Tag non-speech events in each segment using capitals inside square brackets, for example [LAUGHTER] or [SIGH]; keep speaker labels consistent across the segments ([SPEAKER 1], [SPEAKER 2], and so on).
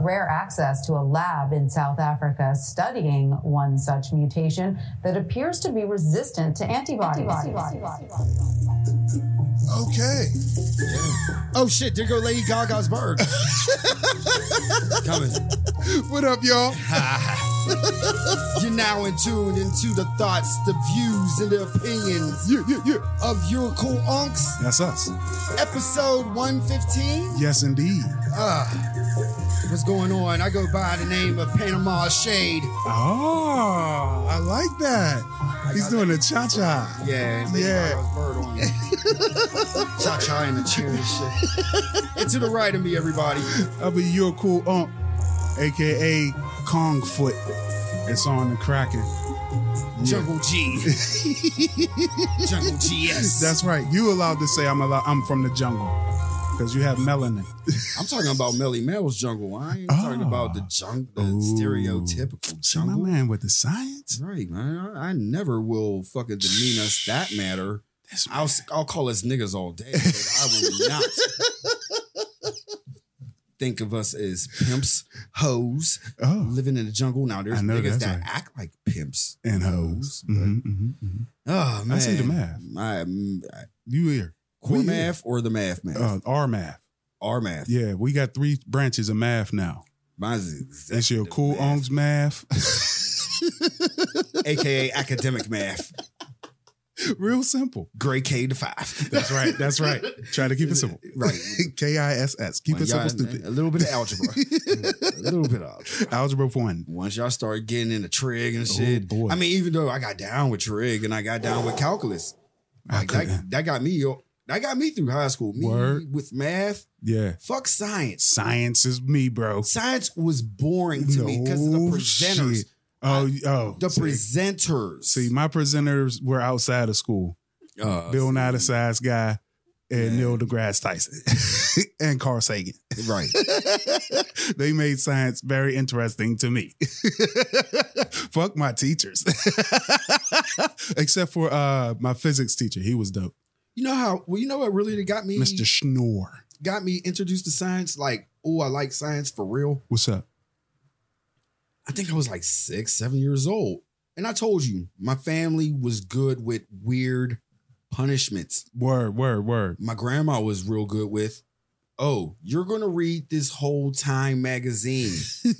[SPEAKER 1] rare access to a lab in South Africa studying one such mutation that appears to be resistant to antibodies.
[SPEAKER 2] Okay.
[SPEAKER 3] Oh shit, there go Lady Gaga's
[SPEAKER 2] [LAUGHS]
[SPEAKER 3] bird. Coming.
[SPEAKER 2] What up, y'all?
[SPEAKER 3] [LAUGHS] You're now in tune into the thoughts, the views, and the opinions
[SPEAKER 2] Yeah, yeah, yeah.
[SPEAKER 3] of your cool unks.
[SPEAKER 2] That's us.
[SPEAKER 3] Episode 115.
[SPEAKER 2] Yes, indeed. Ah.
[SPEAKER 3] What's going on? I go by the name of Panama Shade.
[SPEAKER 2] Oh, I like that. He's doing a cha cha.
[SPEAKER 3] Yeah,
[SPEAKER 2] Yeah.
[SPEAKER 3] yeah. Bird on
[SPEAKER 2] [LAUGHS]
[SPEAKER 3] you. Cha cha in the chair and shit. and to the right of me, everybody.
[SPEAKER 2] I'll be your cool ump, aka Kong Foot. It's on the Kraken.
[SPEAKER 3] Jungle [LAUGHS] G. Jungle GS.
[SPEAKER 2] That's right. You allowed to say I'm allowed, I'm from the jungle because you have melanin.
[SPEAKER 3] I'm talking about Melly Mel's jungle. I ain't talking
[SPEAKER 2] Oh.
[SPEAKER 3] about the junk, the
[SPEAKER 2] Ooh.
[SPEAKER 3] stereotypical
[SPEAKER 2] See my
[SPEAKER 3] jungle.
[SPEAKER 2] man with the science.
[SPEAKER 3] Right, man. I, I never will fucking demean us that matter.
[SPEAKER 2] This
[SPEAKER 3] I'll s- I'll call us niggas all day, but I will not
[SPEAKER 2] [LAUGHS]
[SPEAKER 3] think of us as pimps, hoes,
[SPEAKER 2] Oh,
[SPEAKER 3] living in the jungle. Now there's
[SPEAKER 2] I know
[SPEAKER 3] niggas
[SPEAKER 2] that's
[SPEAKER 3] that
[SPEAKER 2] right.
[SPEAKER 3] act like pimps
[SPEAKER 2] and hoes.
[SPEAKER 3] but-
[SPEAKER 2] Mhm, mhm, mhm.
[SPEAKER 3] Oh man,
[SPEAKER 2] I see the math.
[SPEAKER 3] My, my
[SPEAKER 2] You here?
[SPEAKER 3] core
[SPEAKER 2] We here.
[SPEAKER 3] math or the math math?
[SPEAKER 2] Uh, our math.
[SPEAKER 3] Our math.
[SPEAKER 2] Yeah, we got three branches of math now.
[SPEAKER 3] Mine's exactly
[SPEAKER 2] That's your
[SPEAKER 3] the
[SPEAKER 2] cool
[SPEAKER 3] math. [LAUGHS]
[SPEAKER 2] unks math. [LAUGHS]
[SPEAKER 3] aka academic math.
[SPEAKER 2] Real simple.
[SPEAKER 3] Grade K to five.
[SPEAKER 2] That's right. That's right. Try to keep it simple.
[SPEAKER 3] [LAUGHS] Right.
[SPEAKER 2] [LAUGHS] K I S S. [LAUGHS] Keep
[SPEAKER 3] When
[SPEAKER 2] it simple,
[SPEAKER 3] y'all-
[SPEAKER 2] stupid.
[SPEAKER 3] A little bit of algebra.
[SPEAKER 2] [LAUGHS]
[SPEAKER 3] a little bit of algebra.
[SPEAKER 2] Algebra one.
[SPEAKER 3] Once y'all start getting into trig and
[SPEAKER 2] Oh,
[SPEAKER 3] shit,
[SPEAKER 2] boy.
[SPEAKER 3] I mean, even though I got down with trig and I got down with calculus,
[SPEAKER 2] I
[SPEAKER 3] like, that,
[SPEAKER 2] couldn't.
[SPEAKER 3] that got me. Yo, that got me through high school. Me
[SPEAKER 2] Word.
[SPEAKER 3] with math.
[SPEAKER 2] Yeah.
[SPEAKER 3] Fuck science.
[SPEAKER 2] Science is me, bro.
[SPEAKER 3] Science was boring to me because of the
[SPEAKER 2] No
[SPEAKER 3] presenters.
[SPEAKER 2] shit. Oh, y- oh.
[SPEAKER 3] The
[SPEAKER 2] see.
[SPEAKER 3] presenters.
[SPEAKER 2] See, my presenters were outside of school.
[SPEAKER 3] Uh,
[SPEAKER 2] Bill
[SPEAKER 3] see.
[SPEAKER 2] Nye the Science Guy and
[SPEAKER 3] Man.
[SPEAKER 2] Neil deGrasse Tyson [LAUGHS] and
[SPEAKER 3] [LAUGHS]
[SPEAKER 2] Carl Sagan.
[SPEAKER 3] Uh, Right.
[SPEAKER 2] they made science very interesting
[SPEAKER 3] [LAUGHS]
[SPEAKER 2] to me. Fuck my teachers. [LAUGHS] Except for uh, my physics teacher. He was dope.
[SPEAKER 3] You know how? Well, you know what really got me?
[SPEAKER 2] Mr. Schnorr.
[SPEAKER 3] Got me introduced to science. Like, oh, I like science for real.
[SPEAKER 2] What's up?
[SPEAKER 3] I think I was like six, seven years old. And I told you, my family was good with weird punishments.
[SPEAKER 2] Word, word,
[SPEAKER 3] [LAUGHS]
[SPEAKER 2] word.
[SPEAKER 3] My grandma was real good with, oh, you're going to read this whole Time magazine [LAUGHS]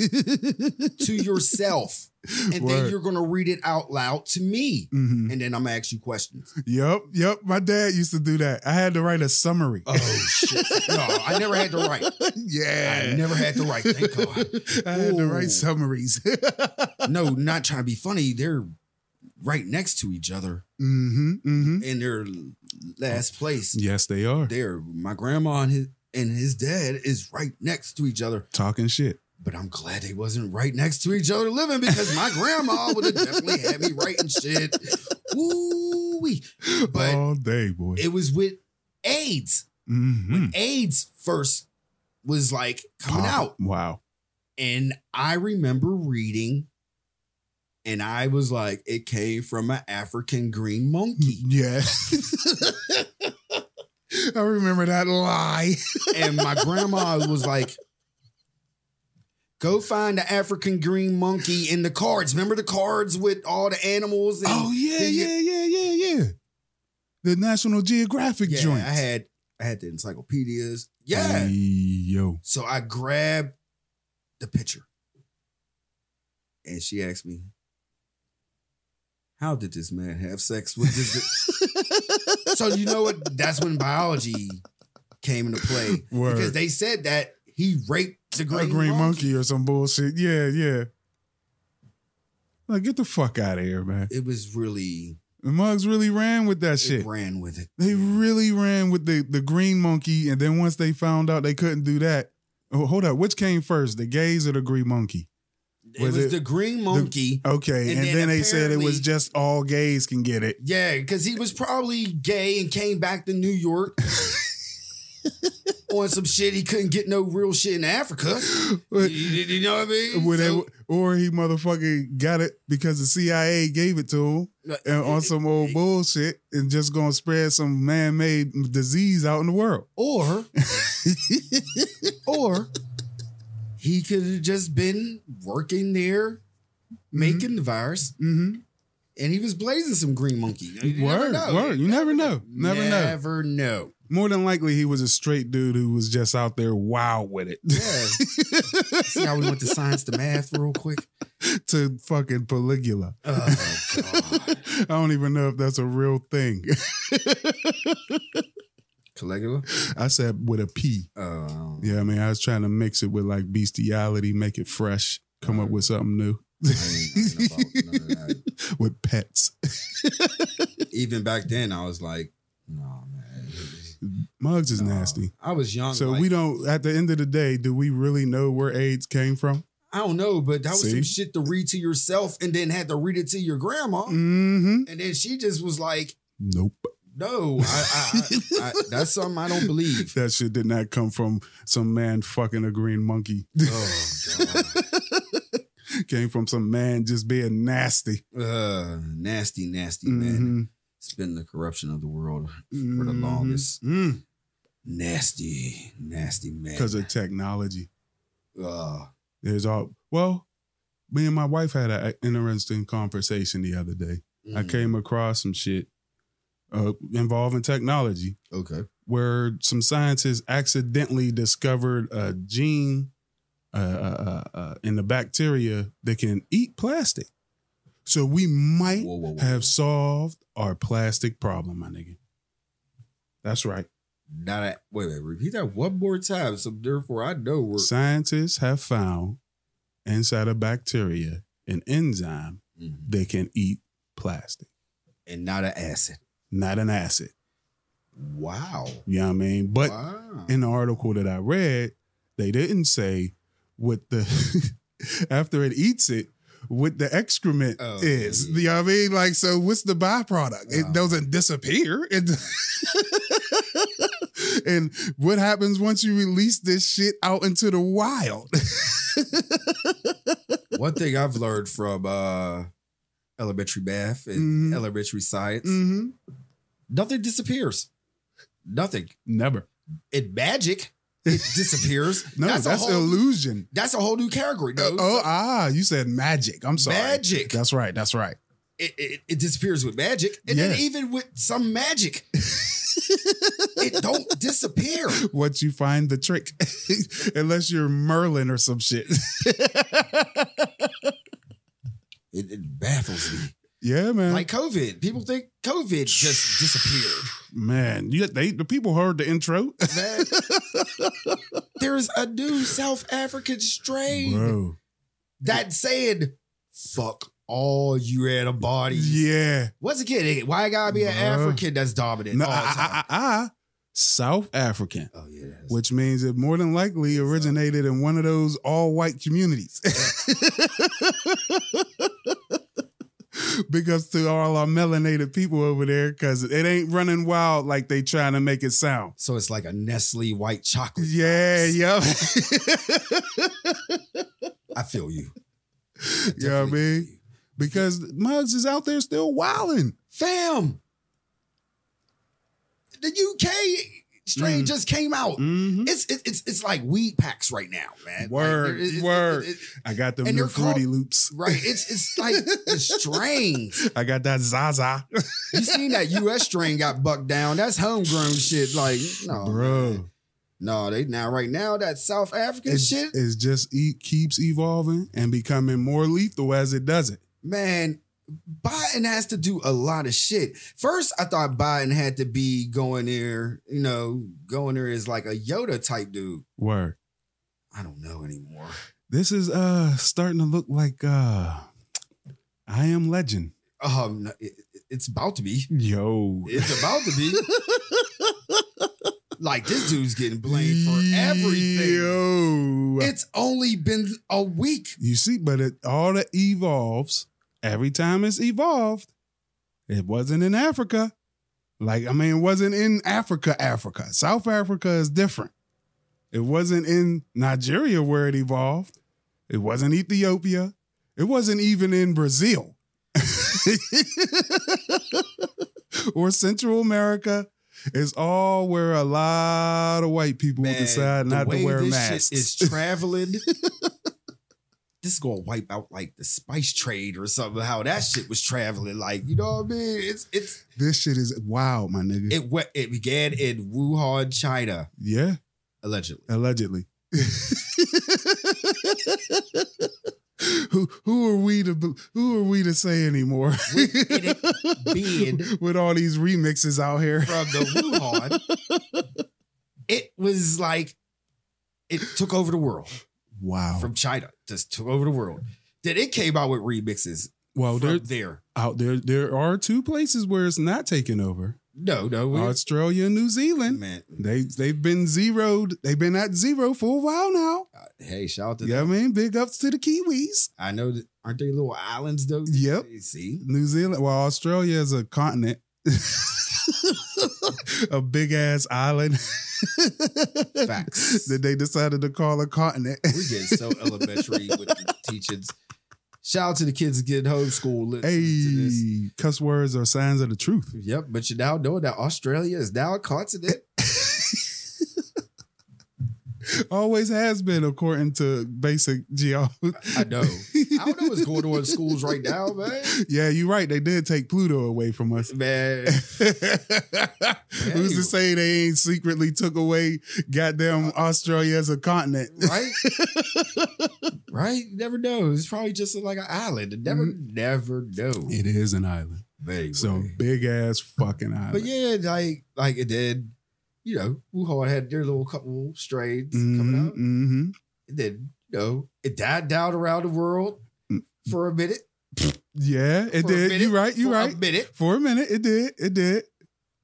[SPEAKER 3] to yourself. And then
[SPEAKER 2] Word.
[SPEAKER 3] you're going to read it out loud to me.
[SPEAKER 2] hmm
[SPEAKER 3] And then I'm going to ask you questions.
[SPEAKER 2] Yep, yep. My dad used to do that. I had to write a summary.
[SPEAKER 3] Oh, shit. [LAUGHS] No, I never had to write.
[SPEAKER 2] [LAUGHS] yeah.
[SPEAKER 3] I never had to write. Thank God.
[SPEAKER 2] [LAUGHS] I had to
[SPEAKER 3] Ooh.
[SPEAKER 2] write summaries. [LAUGHS]
[SPEAKER 3] No, not trying to be funny. They're right next to each other
[SPEAKER 2] hmm hmm
[SPEAKER 3] in their last place.
[SPEAKER 2] Yes, they are.
[SPEAKER 3] there. My grandma and his and his dad is right next to each other.
[SPEAKER 2] Talking shit.
[SPEAKER 3] But I'm glad they wasn't right next to each other living because my grandma would have definitely had me writing shit. Ooh wee. But
[SPEAKER 2] All day, boy.
[SPEAKER 3] it was with AIDS.
[SPEAKER 2] hmm
[SPEAKER 3] AIDS first was like coming out.
[SPEAKER 2] Wow.
[SPEAKER 3] And I remember reading, and I was like, it came from an African green monkey.
[SPEAKER 2] [LAUGHS] Yeah. I remember that lie.
[SPEAKER 3] and my grandma was like, "Go find the African green monkey in the cards. Remember the cards with all the animals?" And
[SPEAKER 2] Oh yeah,
[SPEAKER 3] Did you-
[SPEAKER 2] yeah, yeah, yeah, yeah. The National Geographic
[SPEAKER 3] yeah,
[SPEAKER 2] joint.
[SPEAKER 3] I had I had the encyclopedias.
[SPEAKER 2] Oh,
[SPEAKER 3] Yeah,
[SPEAKER 2] Yo.
[SPEAKER 3] so I grabbed the picture, and she asked me, "How did this man have sex with
[SPEAKER 2] [LAUGHS]
[SPEAKER 3] this?" so you know what? That's when biology came into play
[SPEAKER 2] Word.
[SPEAKER 3] because they said that he raped the green,
[SPEAKER 2] a green monkey. or some bullshit. Yeah, yeah. Like, get the fuck out of here, man.
[SPEAKER 3] It was really
[SPEAKER 2] The mugs really ran with that
[SPEAKER 3] It
[SPEAKER 2] shit.
[SPEAKER 3] ran with it.
[SPEAKER 2] They really ran with the, the green monkey, and then once they found out they couldn't do that, oh, hold up, which came first, the gays or the green monkey?
[SPEAKER 3] It
[SPEAKER 2] Was
[SPEAKER 3] was
[SPEAKER 2] it-
[SPEAKER 3] the green monkey.
[SPEAKER 2] Okay,
[SPEAKER 3] And
[SPEAKER 2] and,
[SPEAKER 3] then
[SPEAKER 2] then, they said it
[SPEAKER 3] apparently-
[SPEAKER 2] was just all gays can get it.
[SPEAKER 3] yeah, because he was probably gay and came back to New
[SPEAKER 2] [LAUGHS]
[SPEAKER 3] York on some shit. He couldn't get no real shit in Africa. You, you- you know what I mean?
[SPEAKER 2] Where they-
[SPEAKER 3] So-
[SPEAKER 2] or he motherfucking got it because the CIA gave it to him and on
[SPEAKER 3] [LAUGHS]
[SPEAKER 2] some old bullshit and just gonna spread some man made disease out in the world.
[SPEAKER 3] or or He could have just been working there, making the virus,
[SPEAKER 2] [LAUGHS] Mm-hmm.
[SPEAKER 3] and he was blazing some green monkey. You never
[SPEAKER 2] Word,
[SPEAKER 3] know.
[SPEAKER 2] word. You never know. Never know.
[SPEAKER 3] Never know.
[SPEAKER 2] More than likely, he was a straight dude who was just out there wild with it [LAUGHS]
[SPEAKER 3] Yeah. See how we went to science to math real quick.
[SPEAKER 2] to fucking Caligula.
[SPEAKER 3] Oh, God.
[SPEAKER 2] [LAUGHS] I don't even know if that's a real thing. [LAUGHS]
[SPEAKER 3] Caligula.
[SPEAKER 2] I said with a P.
[SPEAKER 3] Oh,
[SPEAKER 2] Yeah, I mean, I was trying to mix it with like bestiality, make it fresh, come up with something new
[SPEAKER 3] I ain't- I ain't about none of that.
[SPEAKER 2] [LAUGHS] with pets.
[SPEAKER 3] even back then, I was like, no, man.
[SPEAKER 2] Mugs is
[SPEAKER 3] No.
[SPEAKER 2] nasty.
[SPEAKER 3] I was young.
[SPEAKER 2] So
[SPEAKER 3] like,
[SPEAKER 2] we don't. At the end of the day, do we really know where AIDS came from?
[SPEAKER 3] I don't know, but that was
[SPEAKER 2] See?
[SPEAKER 3] some shit to read to yourself and then had to read it to your grandma.
[SPEAKER 2] Mm-hmm.
[SPEAKER 3] And then she just was like,
[SPEAKER 2] Nope.
[SPEAKER 3] no, I, I, I,
[SPEAKER 2] [LAUGHS]
[SPEAKER 3] I, that's something I don't believe.
[SPEAKER 2] That shit did not come from some man fucking a green monkey. [LAUGHS]
[SPEAKER 3] Oh, God.
[SPEAKER 2] came from some man just being nasty.
[SPEAKER 3] Uh, nasty, nasty man.
[SPEAKER 2] Mhm.
[SPEAKER 3] It's been the corruption of the world. the
[SPEAKER 2] Mhm.
[SPEAKER 3] longest.
[SPEAKER 2] Mm.
[SPEAKER 3] Nasty, nasty man.
[SPEAKER 2] Because of technology.
[SPEAKER 3] uh,
[SPEAKER 2] There's all well, me and my wife had an interesting conversation the other day. I
[SPEAKER 3] mm,
[SPEAKER 2] came across some shit uh, involving technology
[SPEAKER 3] Okay.
[SPEAKER 2] where some scientists accidentally discovered a gene uh, uh, uh, uh, in the bacteria that can eat plastic. So we might
[SPEAKER 3] Whoa, whoa, whoa.
[SPEAKER 2] have solved our plastic problem, my nigga. That's right.
[SPEAKER 3] Now that, wait, wait, repeat that one more time. So therefore, I know we're.
[SPEAKER 2] Scientists have found inside of bacteria an enzyme
[SPEAKER 3] Mhm.
[SPEAKER 2] that can eat plastic,
[SPEAKER 3] and not an acid.
[SPEAKER 2] not an acid.
[SPEAKER 3] Wow.
[SPEAKER 2] You know what I mean? But
[SPEAKER 3] wow.
[SPEAKER 2] in the article that I read, they didn't say what the [LAUGHS] after it eats it, what the excrement
[SPEAKER 3] Oh,
[SPEAKER 2] is.
[SPEAKER 3] yeah.
[SPEAKER 2] You know what I mean? Like, so what's the byproduct?
[SPEAKER 3] Oh.
[SPEAKER 2] It doesn't disappear. It [LAUGHS] and what happens once you release this shit out into the wild? [LAUGHS]
[SPEAKER 3] One thing I've learned from uh, elementary math and
[SPEAKER 2] Mhm.
[SPEAKER 3] elementary science,
[SPEAKER 2] Mm-hmm.
[SPEAKER 3] nothing disappears. Nothing.
[SPEAKER 2] Never.
[SPEAKER 3] In magic, it
[SPEAKER 2] [LAUGHS]
[SPEAKER 3] disappears.
[SPEAKER 2] No, that's,
[SPEAKER 3] a whole,
[SPEAKER 2] illusion.
[SPEAKER 3] That's a whole new category. No,
[SPEAKER 2] oh, ah, you said magic. I'm sorry.
[SPEAKER 3] magic.
[SPEAKER 2] That's right. That's right.
[SPEAKER 3] it, it, it disappears with magic, and then
[SPEAKER 2] Yeah.
[SPEAKER 3] even with some
[SPEAKER 2] [LAUGHS]
[SPEAKER 3] magic, it don't disappear.
[SPEAKER 2] once you find the trick, [LAUGHS] unless you're Merlin or some shit. [LAUGHS]
[SPEAKER 3] It, it baffles me.
[SPEAKER 2] yeah, man.
[SPEAKER 3] Like COVID, people think COVID just disappeared.
[SPEAKER 2] man, you, they the people heard
[SPEAKER 3] [LAUGHS]
[SPEAKER 2] the intro,
[SPEAKER 3] Man,
[SPEAKER 2] [LAUGHS]
[SPEAKER 3] there's a new South African strain
[SPEAKER 2] bro.
[SPEAKER 3] that said, "Fuck all you antibodies."
[SPEAKER 2] Yeah,
[SPEAKER 3] Once again, it- why it gotta be an
[SPEAKER 2] Bruh.
[SPEAKER 3] African that's dominant
[SPEAKER 2] no,
[SPEAKER 3] all the time?
[SPEAKER 2] I, I, I, I, South African,
[SPEAKER 3] oh yeah, that's-
[SPEAKER 2] which means it more than likely originated in one of those all white communities. [LAUGHS] Because to all our melanated people over there, because it ain't running wild like they trying to make it sound.
[SPEAKER 3] so it's like a Nestle white chocolate.
[SPEAKER 2] Yeah, yeah.
[SPEAKER 3] [LAUGHS]
[SPEAKER 2] [LAUGHS]
[SPEAKER 3] I feel you.
[SPEAKER 2] You know what I
[SPEAKER 3] Definitely
[SPEAKER 2] mean?
[SPEAKER 3] feel you.
[SPEAKER 2] Because Muggs is out there still wilding.
[SPEAKER 3] fam, the UK strain
[SPEAKER 2] Mm.
[SPEAKER 3] just came out.
[SPEAKER 2] Mm-hmm.
[SPEAKER 3] It's it, it's it's like weed packs right now, man. Like,
[SPEAKER 2] Word,
[SPEAKER 3] it- it-
[SPEAKER 2] word.
[SPEAKER 3] it- it-
[SPEAKER 2] I got the
[SPEAKER 3] And
[SPEAKER 2] new
[SPEAKER 3] they're called-
[SPEAKER 2] Fruity Loops.
[SPEAKER 3] right, it's it's like the strains.
[SPEAKER 2] I got that Zaza.
[SPEAKER 3] You seen that U.S. strain got bucked down? That's homegrown shit. Like
[SPEAKER 2] Oh,
[SPEAKER 3] no,
[SPEAKER 2] Bro,
[SPEAKER 3] no, they now right now that South African
[SPEAKER 2] it,
[SPEAKER 3] shit,
[SPEAKER 2] it just e- keeps evolving and becoming more lethal as it does it.
[SPEAKER 3] man. Biden has to do a lot of shit. First, I thought Biden had to be going there, you know, going there as like a Yoda type dude.
[SPEAKER 2] Word.
[SPEAKER 3] I don't know anymore.
[SPEAKER 2] This is uh starting to look like uh I am legend.
[SPEAKER 3] Um, no, it, it- it's about to be.
[SPEAKER 2] Yo.
[SPEAKER 3] It's about to be.
[SPEAKER 2] [LAUGHS]
[SPEAKER 3] like this dude's getting blamed for everything.
[SPEAKER 2] Yo.
[SPEAKER 3] It's only been a week.
[SPEAKER 2] You see, but it all that evolves, every time it's evolved, it wasn't in Africa. Like, I mean, it wasn't in Africa, Africa. South Africa is different. It wasn't in Nigeria where it evolved. It wasn't Ethiopia. It wasn't even in [LAUGHS] Brazil or Central America. It's all where a lot of white people
[SPEAKER 3] Man,
[SPEAKER 2] decide
[SPEAKER 3] the
[SPEAKER 2] not
[SPEAKER 3] way
[SPEAKER 2] to wear
[SPEAKER 3] this
[SPEAKER 2] masks.
[SPEAKER 3] Shit
[SPEAKER 2] [LAUGHS]
[SPEAKER 3] is traveling. this is gonna wipe out like the spice trade or something. How that shit was traveling, like you know what I mean? It's it's
[SPEAKER 2] this shit is wild, my nigga.
[SPEAKER 3] it went it began in Wuhan, China,
[SPEAKER 2] yeah,
[SPEAKER 3] allegedly.
[SPEAKER 2] allegedly. [LAUGHS] who who are we to bel- who are we to say anymore?
[SPEAKER 3] With
[SPEAKER 2] [LAUGHS]
[SPEAKER 3] it being-
[SPEAKER 2] with all these remixes out here.
[SPEAKER 3] From the Wuhan,
[SPEAKER 2] [LAUGHS]
[SPEAKER 3] it was like it took over the world
[SPEAKER 2] Wow.
[SPEAKER 3] from China. Just took over the world. Then it came out with remixes
[SPEAKER 2] well,
[SPEAKER 3] from
[SPEAKER 2] there
[SPEAKER 3] there.
[SPEAKER 2] out there there are two places where it's not taken over.
[SPEAKER 3] No, no,
[SPEAKER 2] Oh,
[SPEAKER 3] we,
[SPEAKER 2] Australia and New Zealand.
[SPEAKER 3] man.
[SPEAKER 2] They they've been zeroed. They've been at zero for a while now.
[SPEAKER 3] uh, Hey, shout out to
[SPEAKER 2] Yeah, I mean, big ups to the Kiwis.
[SPEAKER 3] I know. That, aren't they little islands though?
[SPEAKER 2] Yep.
[SPEAKER 3] See,
[SPEAKER 2] New Zealand. Well, Australia is a continent. [LAUGHS] a big ass island.
[SPEAKER 3] Facts.
[SPEAKER 2] [LAUGHS] that they decided to call a continent.
[SPEAKER 3] we get so elementary with
[SPEAKER 2] [LAUGHS]
[SPEAKER 3] the teachings. Shout out to the kids getting homeschooled. listening to this.
[SPEAKER 2] Hey, cuss words are signs of the truth.
[SPEAKER 3] Yep, but you now know that Australia is now a continent.
[SPEAKER 2] Always has been, according to basic geology. [LAUGHS]
[SPEAKER 3] I know. I don't know what's going on in schools right now, man.
[SPEAKER 2] Yeah, you're right. They did take Pluto away from us. [LAUGHS]
[SPEAKER 3] Man,
[SPEAKER 2] Who's to say they ain't secretly took away goddamn Australia as a continent? [LAUGHS]
[SPEAKER 3] right? right? You never know. It's probably just like an island. You never, never know.
[SPEAKER 2] It is an island.
[SPEAKER 3] But anyway.
[SPEAKER 2] Mm-hmm. So big ass fucking island.
[SPEAKER 3] But yeah, like like it did. You know, Wuhan had their little couple strains coming out.
[SPEAKER 2] hmm
[SPEAKER 3] And then, you know, it died down around the world
[SPEAKER 2] Mm.
[SPEAKER 3] for a minute.
[SPEAKER 2] Yeah, it
[SPEAKER 3] For a
[SPEAKER 2] did.
[SPEAKER 3] minute,
[SPEAKER 2] You right. You
[SPEAKER 3] for
[SPEAKER 2] right.
[SPEAKER 3] A minute.
[SPEAKER 2] for a minute, it did. It did.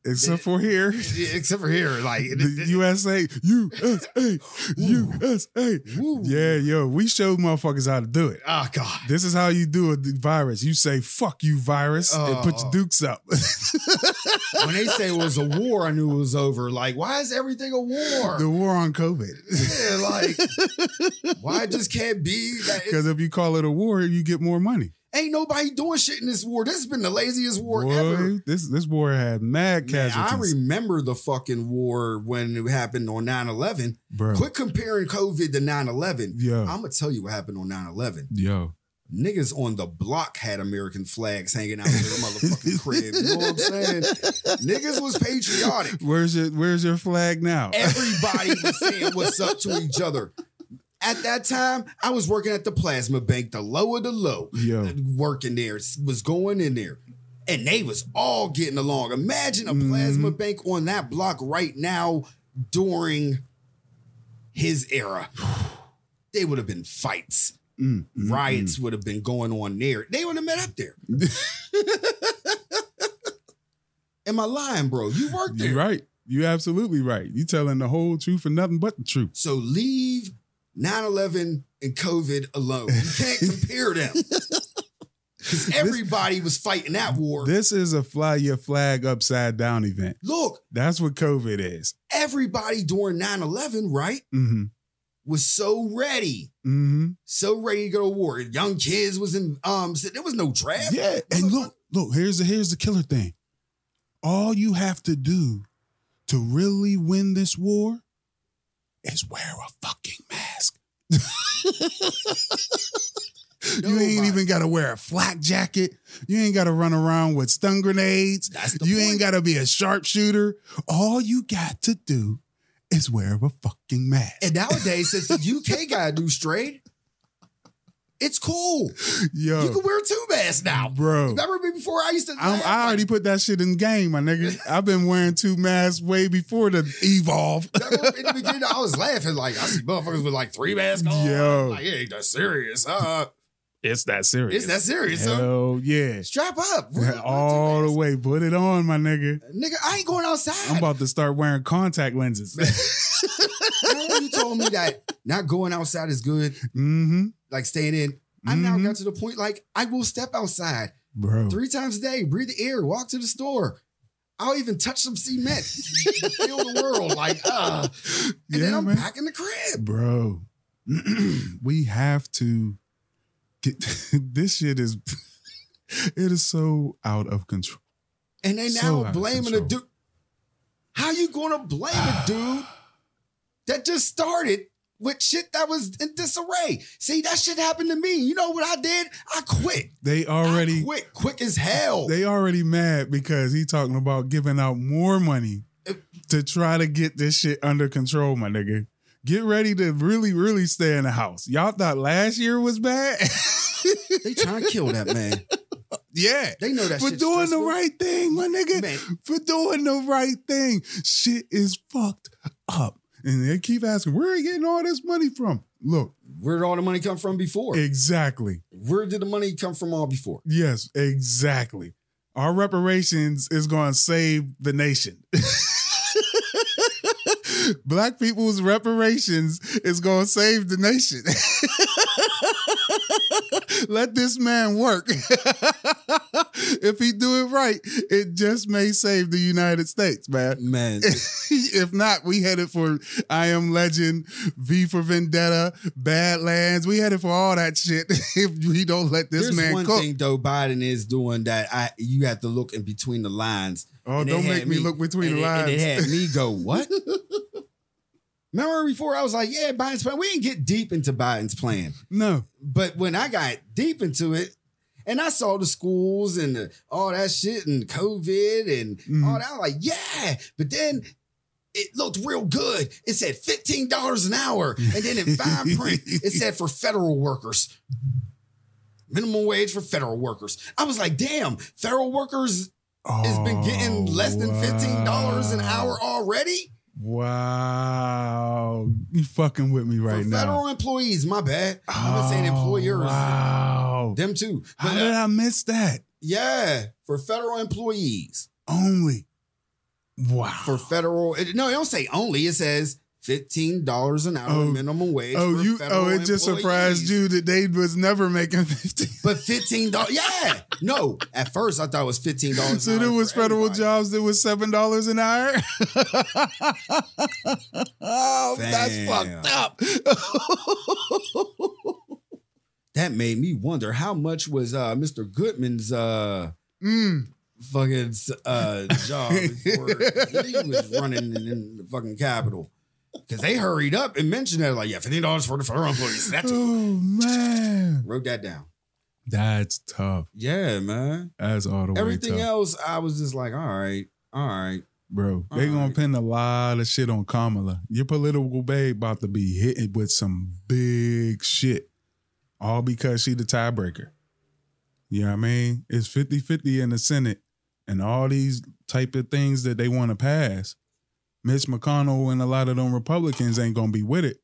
[SPEAKER 2] Except for here, [LAUGHS]
[SPEAKER 3] Yeah, Except for here. Like it-
[SPEAKER 2] the
[SPEAKER 3] it-
[SPEAKER 2] USA, USA, USA.
[SPEAKER 3] Woo.
[SPEAKER 2] Yeah, yo, we showed motherfuckers how to do it.
[SPEAKER 3] Oh God.
[SPEAKER 2] This is how you do a virus. You say "fuck you, virus" and put
[SPEAKER 3] Oh.
[SPEAKER 2] your dukes [LAUGHS] up.
[SPEAKER 3] When they say it was a war, I knew it was over. Like, why is everything a war?
[SPEAKER 2] the war
[SPEAKER 3] [LAUGHS]
[SPEAKER 2] on COVID.
[SPEAKER 3] Yeah,
[SPEAKER 2] [LAUGHS]
[SPEAKER 3] like why it just can't be that it-
[SPEAKER 2] Because if you call it a war, you get more money.
[SPEAKER 3] ain't nobody doing shit in this war. This has been the laziest war
[SPEAKER 2] Boy,
[SPEAKER 3] ever.
[SPEAKER 2] This this war had mad
[SPEAKER 3] Man, I
[SPEAKER 2] casualties,
[SPEAKER 3] remember the fucking war when it happened on 9 11.
[SPEAKER 2] bro.
[SPEAKER 3] Quit comparing COVID to 9 11.
[SPEAKER 2] Yo,
[SPEAKER 3] I'm going to tell you what happened on 9 11.
[SPEAKER 2] yo,
[SPEAKER 3] Niggas on the block had American flags hanging out in their
[SPEAKER 2] [LAUGHS]
[SPEAKER 3] motherfucking crib. You know what I'm saying? Niggas was patriotic.
[SPEAKER 2] where's your where's your flag now?
[SPEAKER 3] Everybody was saying what's up to each other. At that time, I was working at the plasma bank, the low of the low.
[SPEAKER 2] yo,
[SPEAKER 3] working there was going in there and they was all getting along imagine a
[SPEAKER 2] Mm-hmm.
[SPEAKER 3] plasma bank on that block right now during his era [SIGHS] they would have been fights
[SPEAKER 2] Mm, mm,
[SPEAKER 3] riots would have been going on there they would have met up
[SPEAKER 2] [LAUGHS]
[SPEAKER 3] there am i lying bro you worked there
[SPEAKER 2] You're right. You absolutely right. You telling the whole truth and nothing but the truth.
[SPEAKER 3] so leave 9-11 and covid alone you
[SPEAKER 2] [LAUGHS]
[SPEAKER 3] can't compare them because everybody was fighting that war
[SPEAKER 2] This is a fly your flag upside down event.
[SPEAKER 3] look
[SPEAKER 2] That's what COVID is.
[SPEAKER 3] everybody during 9 11, right,
[SPEAKER 2] Mm-hmm.
[SPEAKER 3] was so ready,
[SPEAKER 2] Mm-hmm.
[SPEAKER 3] so ready to go to war. Young kids was in, um, so there was no draft.
[SPEAKER 2] Yeah. And look, look, here's the here's the killer thing. All you have to do to really win this war is wear a fucking mask. You ain't
[SPEAKER 3] Nobody.
[SPEAKER 2] even gotta wear a flak jacket. You ain't gotta run around with stun grenades.
[SPEAKER 3] That's the
[SPEAKER 2] you
[SPEAKER 3] point.
[SPEAKER 2] ain't gotta be a sharpshooter. All you got to do is wear a fucking mask.
[SPEAKER 3] And nowadays, since the [LAUGHS] UK got a new strain, it's cool.
[SPEAKER 2] Yo,
[SPEAKER 3] You can wear two masks now.
[SPEAKER 2] bro.
[SPEAKER 3] Remember me before I used to.
[SPEAKER 2] I'm,
[SPEAKER 3] laugh,
[SPEAKER 2] I already put that shit in game,
[SPEAKER 3] [LAUGHS]
[SPEAKER 2] my nigga. I've been wearing two masks way before the evolve.
[SPEAKER 3] [LAUGHS] like, remember in the beginning, I was laughing like I see motherfuckers with like three masks on.
[SPEAKER 2] Yo.
[SPEAKER 3] Like, it ain't that serious, huh?
[SPEAKER 2] It's that serious.
[SPEAKER 3] It's that serious, huh?
[SPEAKER 2] Hell yeah.
[SPEAKER 3] Strap up. Wear- wear two
[SPEAKER 2] All the
[SPEAKER 3] masks.
[SPEAKER 2] way. Put it on, my nigga.
[SPEAKER 3] Nigga, I ain't going outside.
[SPEAKER 2] I'm about to start wearing
[SPEAKER 3] [LAUGHS]
[SPEAKER 2] contact lenses.
[SPEAKER 3] Remember Oh, you told me that not going outside is good,
[SPEAKER 2] mm-hmm.
[SPEAKER 3] like staying in. I now
[SPEAKER 2] Mhm.
[SPEAKER 3] got to the point like I will step outside
[SPEAKER 2] Bro.
[SPEAKER 3] three times a day, breathe the air, walk to the store. I'll even touch some cement, feel the world like ah, and then
[SPEAKER 2] Yeah,
[SPEAKER 3] I'm
[SPEAKER 2] man.
[SPEAKER 3] back in the crib.
[SPEAKER 2] Bro. [CLEARS THROAT] we have to get [LAUGHS] this shit is [LAUGHS] it is so out of control.
[SPEAKER 3] And they
[SPEAKER 2] So
[SPEAKER 3] now
[SPEAKER 2] out of
[SPEAKER 3] blaming the
[SPEAKER 2] control.
[SPEAKER 3] dude. How you gonna blame a dude that just started with shit that was in disarray? See, that shit happened to me. You know what I did? I quit.
[SPEAKER 2] They
[SPEAKER 3] I
[SPEAKER 2] already
[SPEAKER 3] quit quick as hell.
[SPEAKER 2] they already mad because he talking about giving out more money to try to get this shit under control, my nigga. Get ready to really, really stay in the house. Y'all thought last year was bad? [LAUGHS]
[SPEAKER 3] they trying to kill that man.
[SPEAKER 2] yeah.
[SPEAKER 3] They know that
[SPEAKER 2] For
[SPEAKER 3] shit's
[SPEAKER 2] doing the
[SPEAKER 3] stressful.
[SPEAKER 2] right thing, my nigga.
[SPEAKER 3] Man,
[SPEAKER 2] For doing the right thing. Shit is fucked up. And they keep asking, where are you getting all this money from? Look,
[SPEAKER 3] where did all the money come from before?
[SPEAKER 2] exactly.
[SPEAKER 3] Where did the money come from all before?
[SPEAKER 2] Yes, exactly. Our reparations is going to save the nation. [LAUGHS] Black people's reparations is going to save the nation. [LAUGHS] Let this man work. [LAUGHS] if he do it right, it just may save the United States, man.
[SPEAKER 3] Man,
[SPEAKER 2] [LAUGHS] if not, we headed for I Am Legend, V for Vendetta, Badlands. We headed for all that shit [LAUGHS] if we don't let this
[SPEAKER 3] there's
[SPEAKER 2] man
[SPEAKER 3] one
[SPEAKER 2] cook.
[SPEAKER 3] thing though Biden is doing that I you have to look in between the lines.
[SPEAKER 2] Oh,
[SPEAKER 3] And they
[SPEAKER 2] don't
[SPEAKER 3] had
[SPEAKER 2] make me,
[SPEAKER 3] me-
[SPEAKER 2] look between
[SPEAKER 3] and
[SPEAKER 2] the
[SPEAKER 3] it-
[SPEAKER 2] lines.
[SPEAKER 3] And it had me
[SPEAKER 2] [LAUGHS]
[SPEAKER 3] go, what? Remember before I was like, yeah, Biden's plan. We didn't get deep into Biden's plan.
[SPEAKER 2] no,
[SPEAKER 3] But when I got deep into it, and I saw the schools and the, all that shit and COVID and
[SPEAKER 2] Mhm.
[SPEAKER 3] all that, I was like, yeah. But then it looked real good. It said $15 an hour. And then in fine print, it said for federal workers. Minimum wage for federal workers. I was like, damn, federal workers has been getting
[SPEAKER 2] Oh,
[SPEAKER 3] less than fifteen dollars an hour already
[SPEAKER 2] Wow, you fucking with me right
[SPEAKER 3] for
[SPEAKER 2] now.
[SPEAKER 3] federal employees. My bad. I've been saying
[SPEAKER 2] Oh,
[SPEAKER 3] employers,
[SPEAKER 2] Wow,
[SPEAKER 3] them too.
[SPEAKER 2] how
[SPEAKER 3] But,
[SPEAKER 2] did
[SPEAKER 3] uh,
[SPEAKER 2] I miss that?
[SPEAKER 3] yeah, for federal employees,
[SPEAKER 2] Only wow.
[SPEAKER 3] for federal. it- no, it don't say only. It says fifteen dollars an hour
[SPEAKER 2] Oh.
[SPEAKER 3] minimum wage.
[SPEAKER 2] oh,
[SPEAKER 3] for
[SPEAKER 2] you.
[SPEAKER 3] federal
[SPEAKER 2] Oh, it just surprised
[SPEAKER 3] employees.
[SPEAKER 2] you that they was never making [LAUGHS] fifteen.
[SPEAKER 3] But fifteen dollars, yeah. No, at first I thought it was fifteen
[SPEAKER 2] [LAUGHS]
[SPEAKER 3] dollars.
[SPEAKER 2] So there was federal jobs that was seven dollars an hour. [LAUGHS] oh, that's
[SPEAKER 3] Fam.
[SPEAKER 2] fucked up.
[SPEAKER 3] That made me wonder how much was uh, Mr. Goodman's uh,
[SPEAKER 2] [LAUGHS] Mm.
[SPEAKER 3] fucking uh,
[SPEAKER 2] [LAUGHS]
[SPEAKER 3] job before he was running in, in the fucking capital. Because they hurried up and mentioned that, like, yeah, fifteen dollars for the federal employees.
[SPEAKER 2] [LAUGHS]
[SPEAKER 3] That's it.
[SPEAKER 2] Oh man,
[SPEAKER 3] Wrote that down.
[SPEAKER 2] that's tough.
[SPEAKER 3] Yeah, man.
[SPEAKER 2] That's all the way
[SPEAKER 3] Everything
[SPEAKER 2] tough.
[SPEAKER 3] else, I was just like, all right, all right.
[SPEAKER 2] bro. They
[SPEAKER 3] All
[SPEAKER 2] gonna
[SPEAKER 3] right.
[SPEAKER 2] pin a lot of shit on Kamala. Your political babe about to be hitting with some big shit, all because she the tiebreaker. You know what I mean? It's 50-50 in the Senate, and all these type of things that they want to pass. Mitch McConnell and a lot of them Republicans ain't gonna be with it,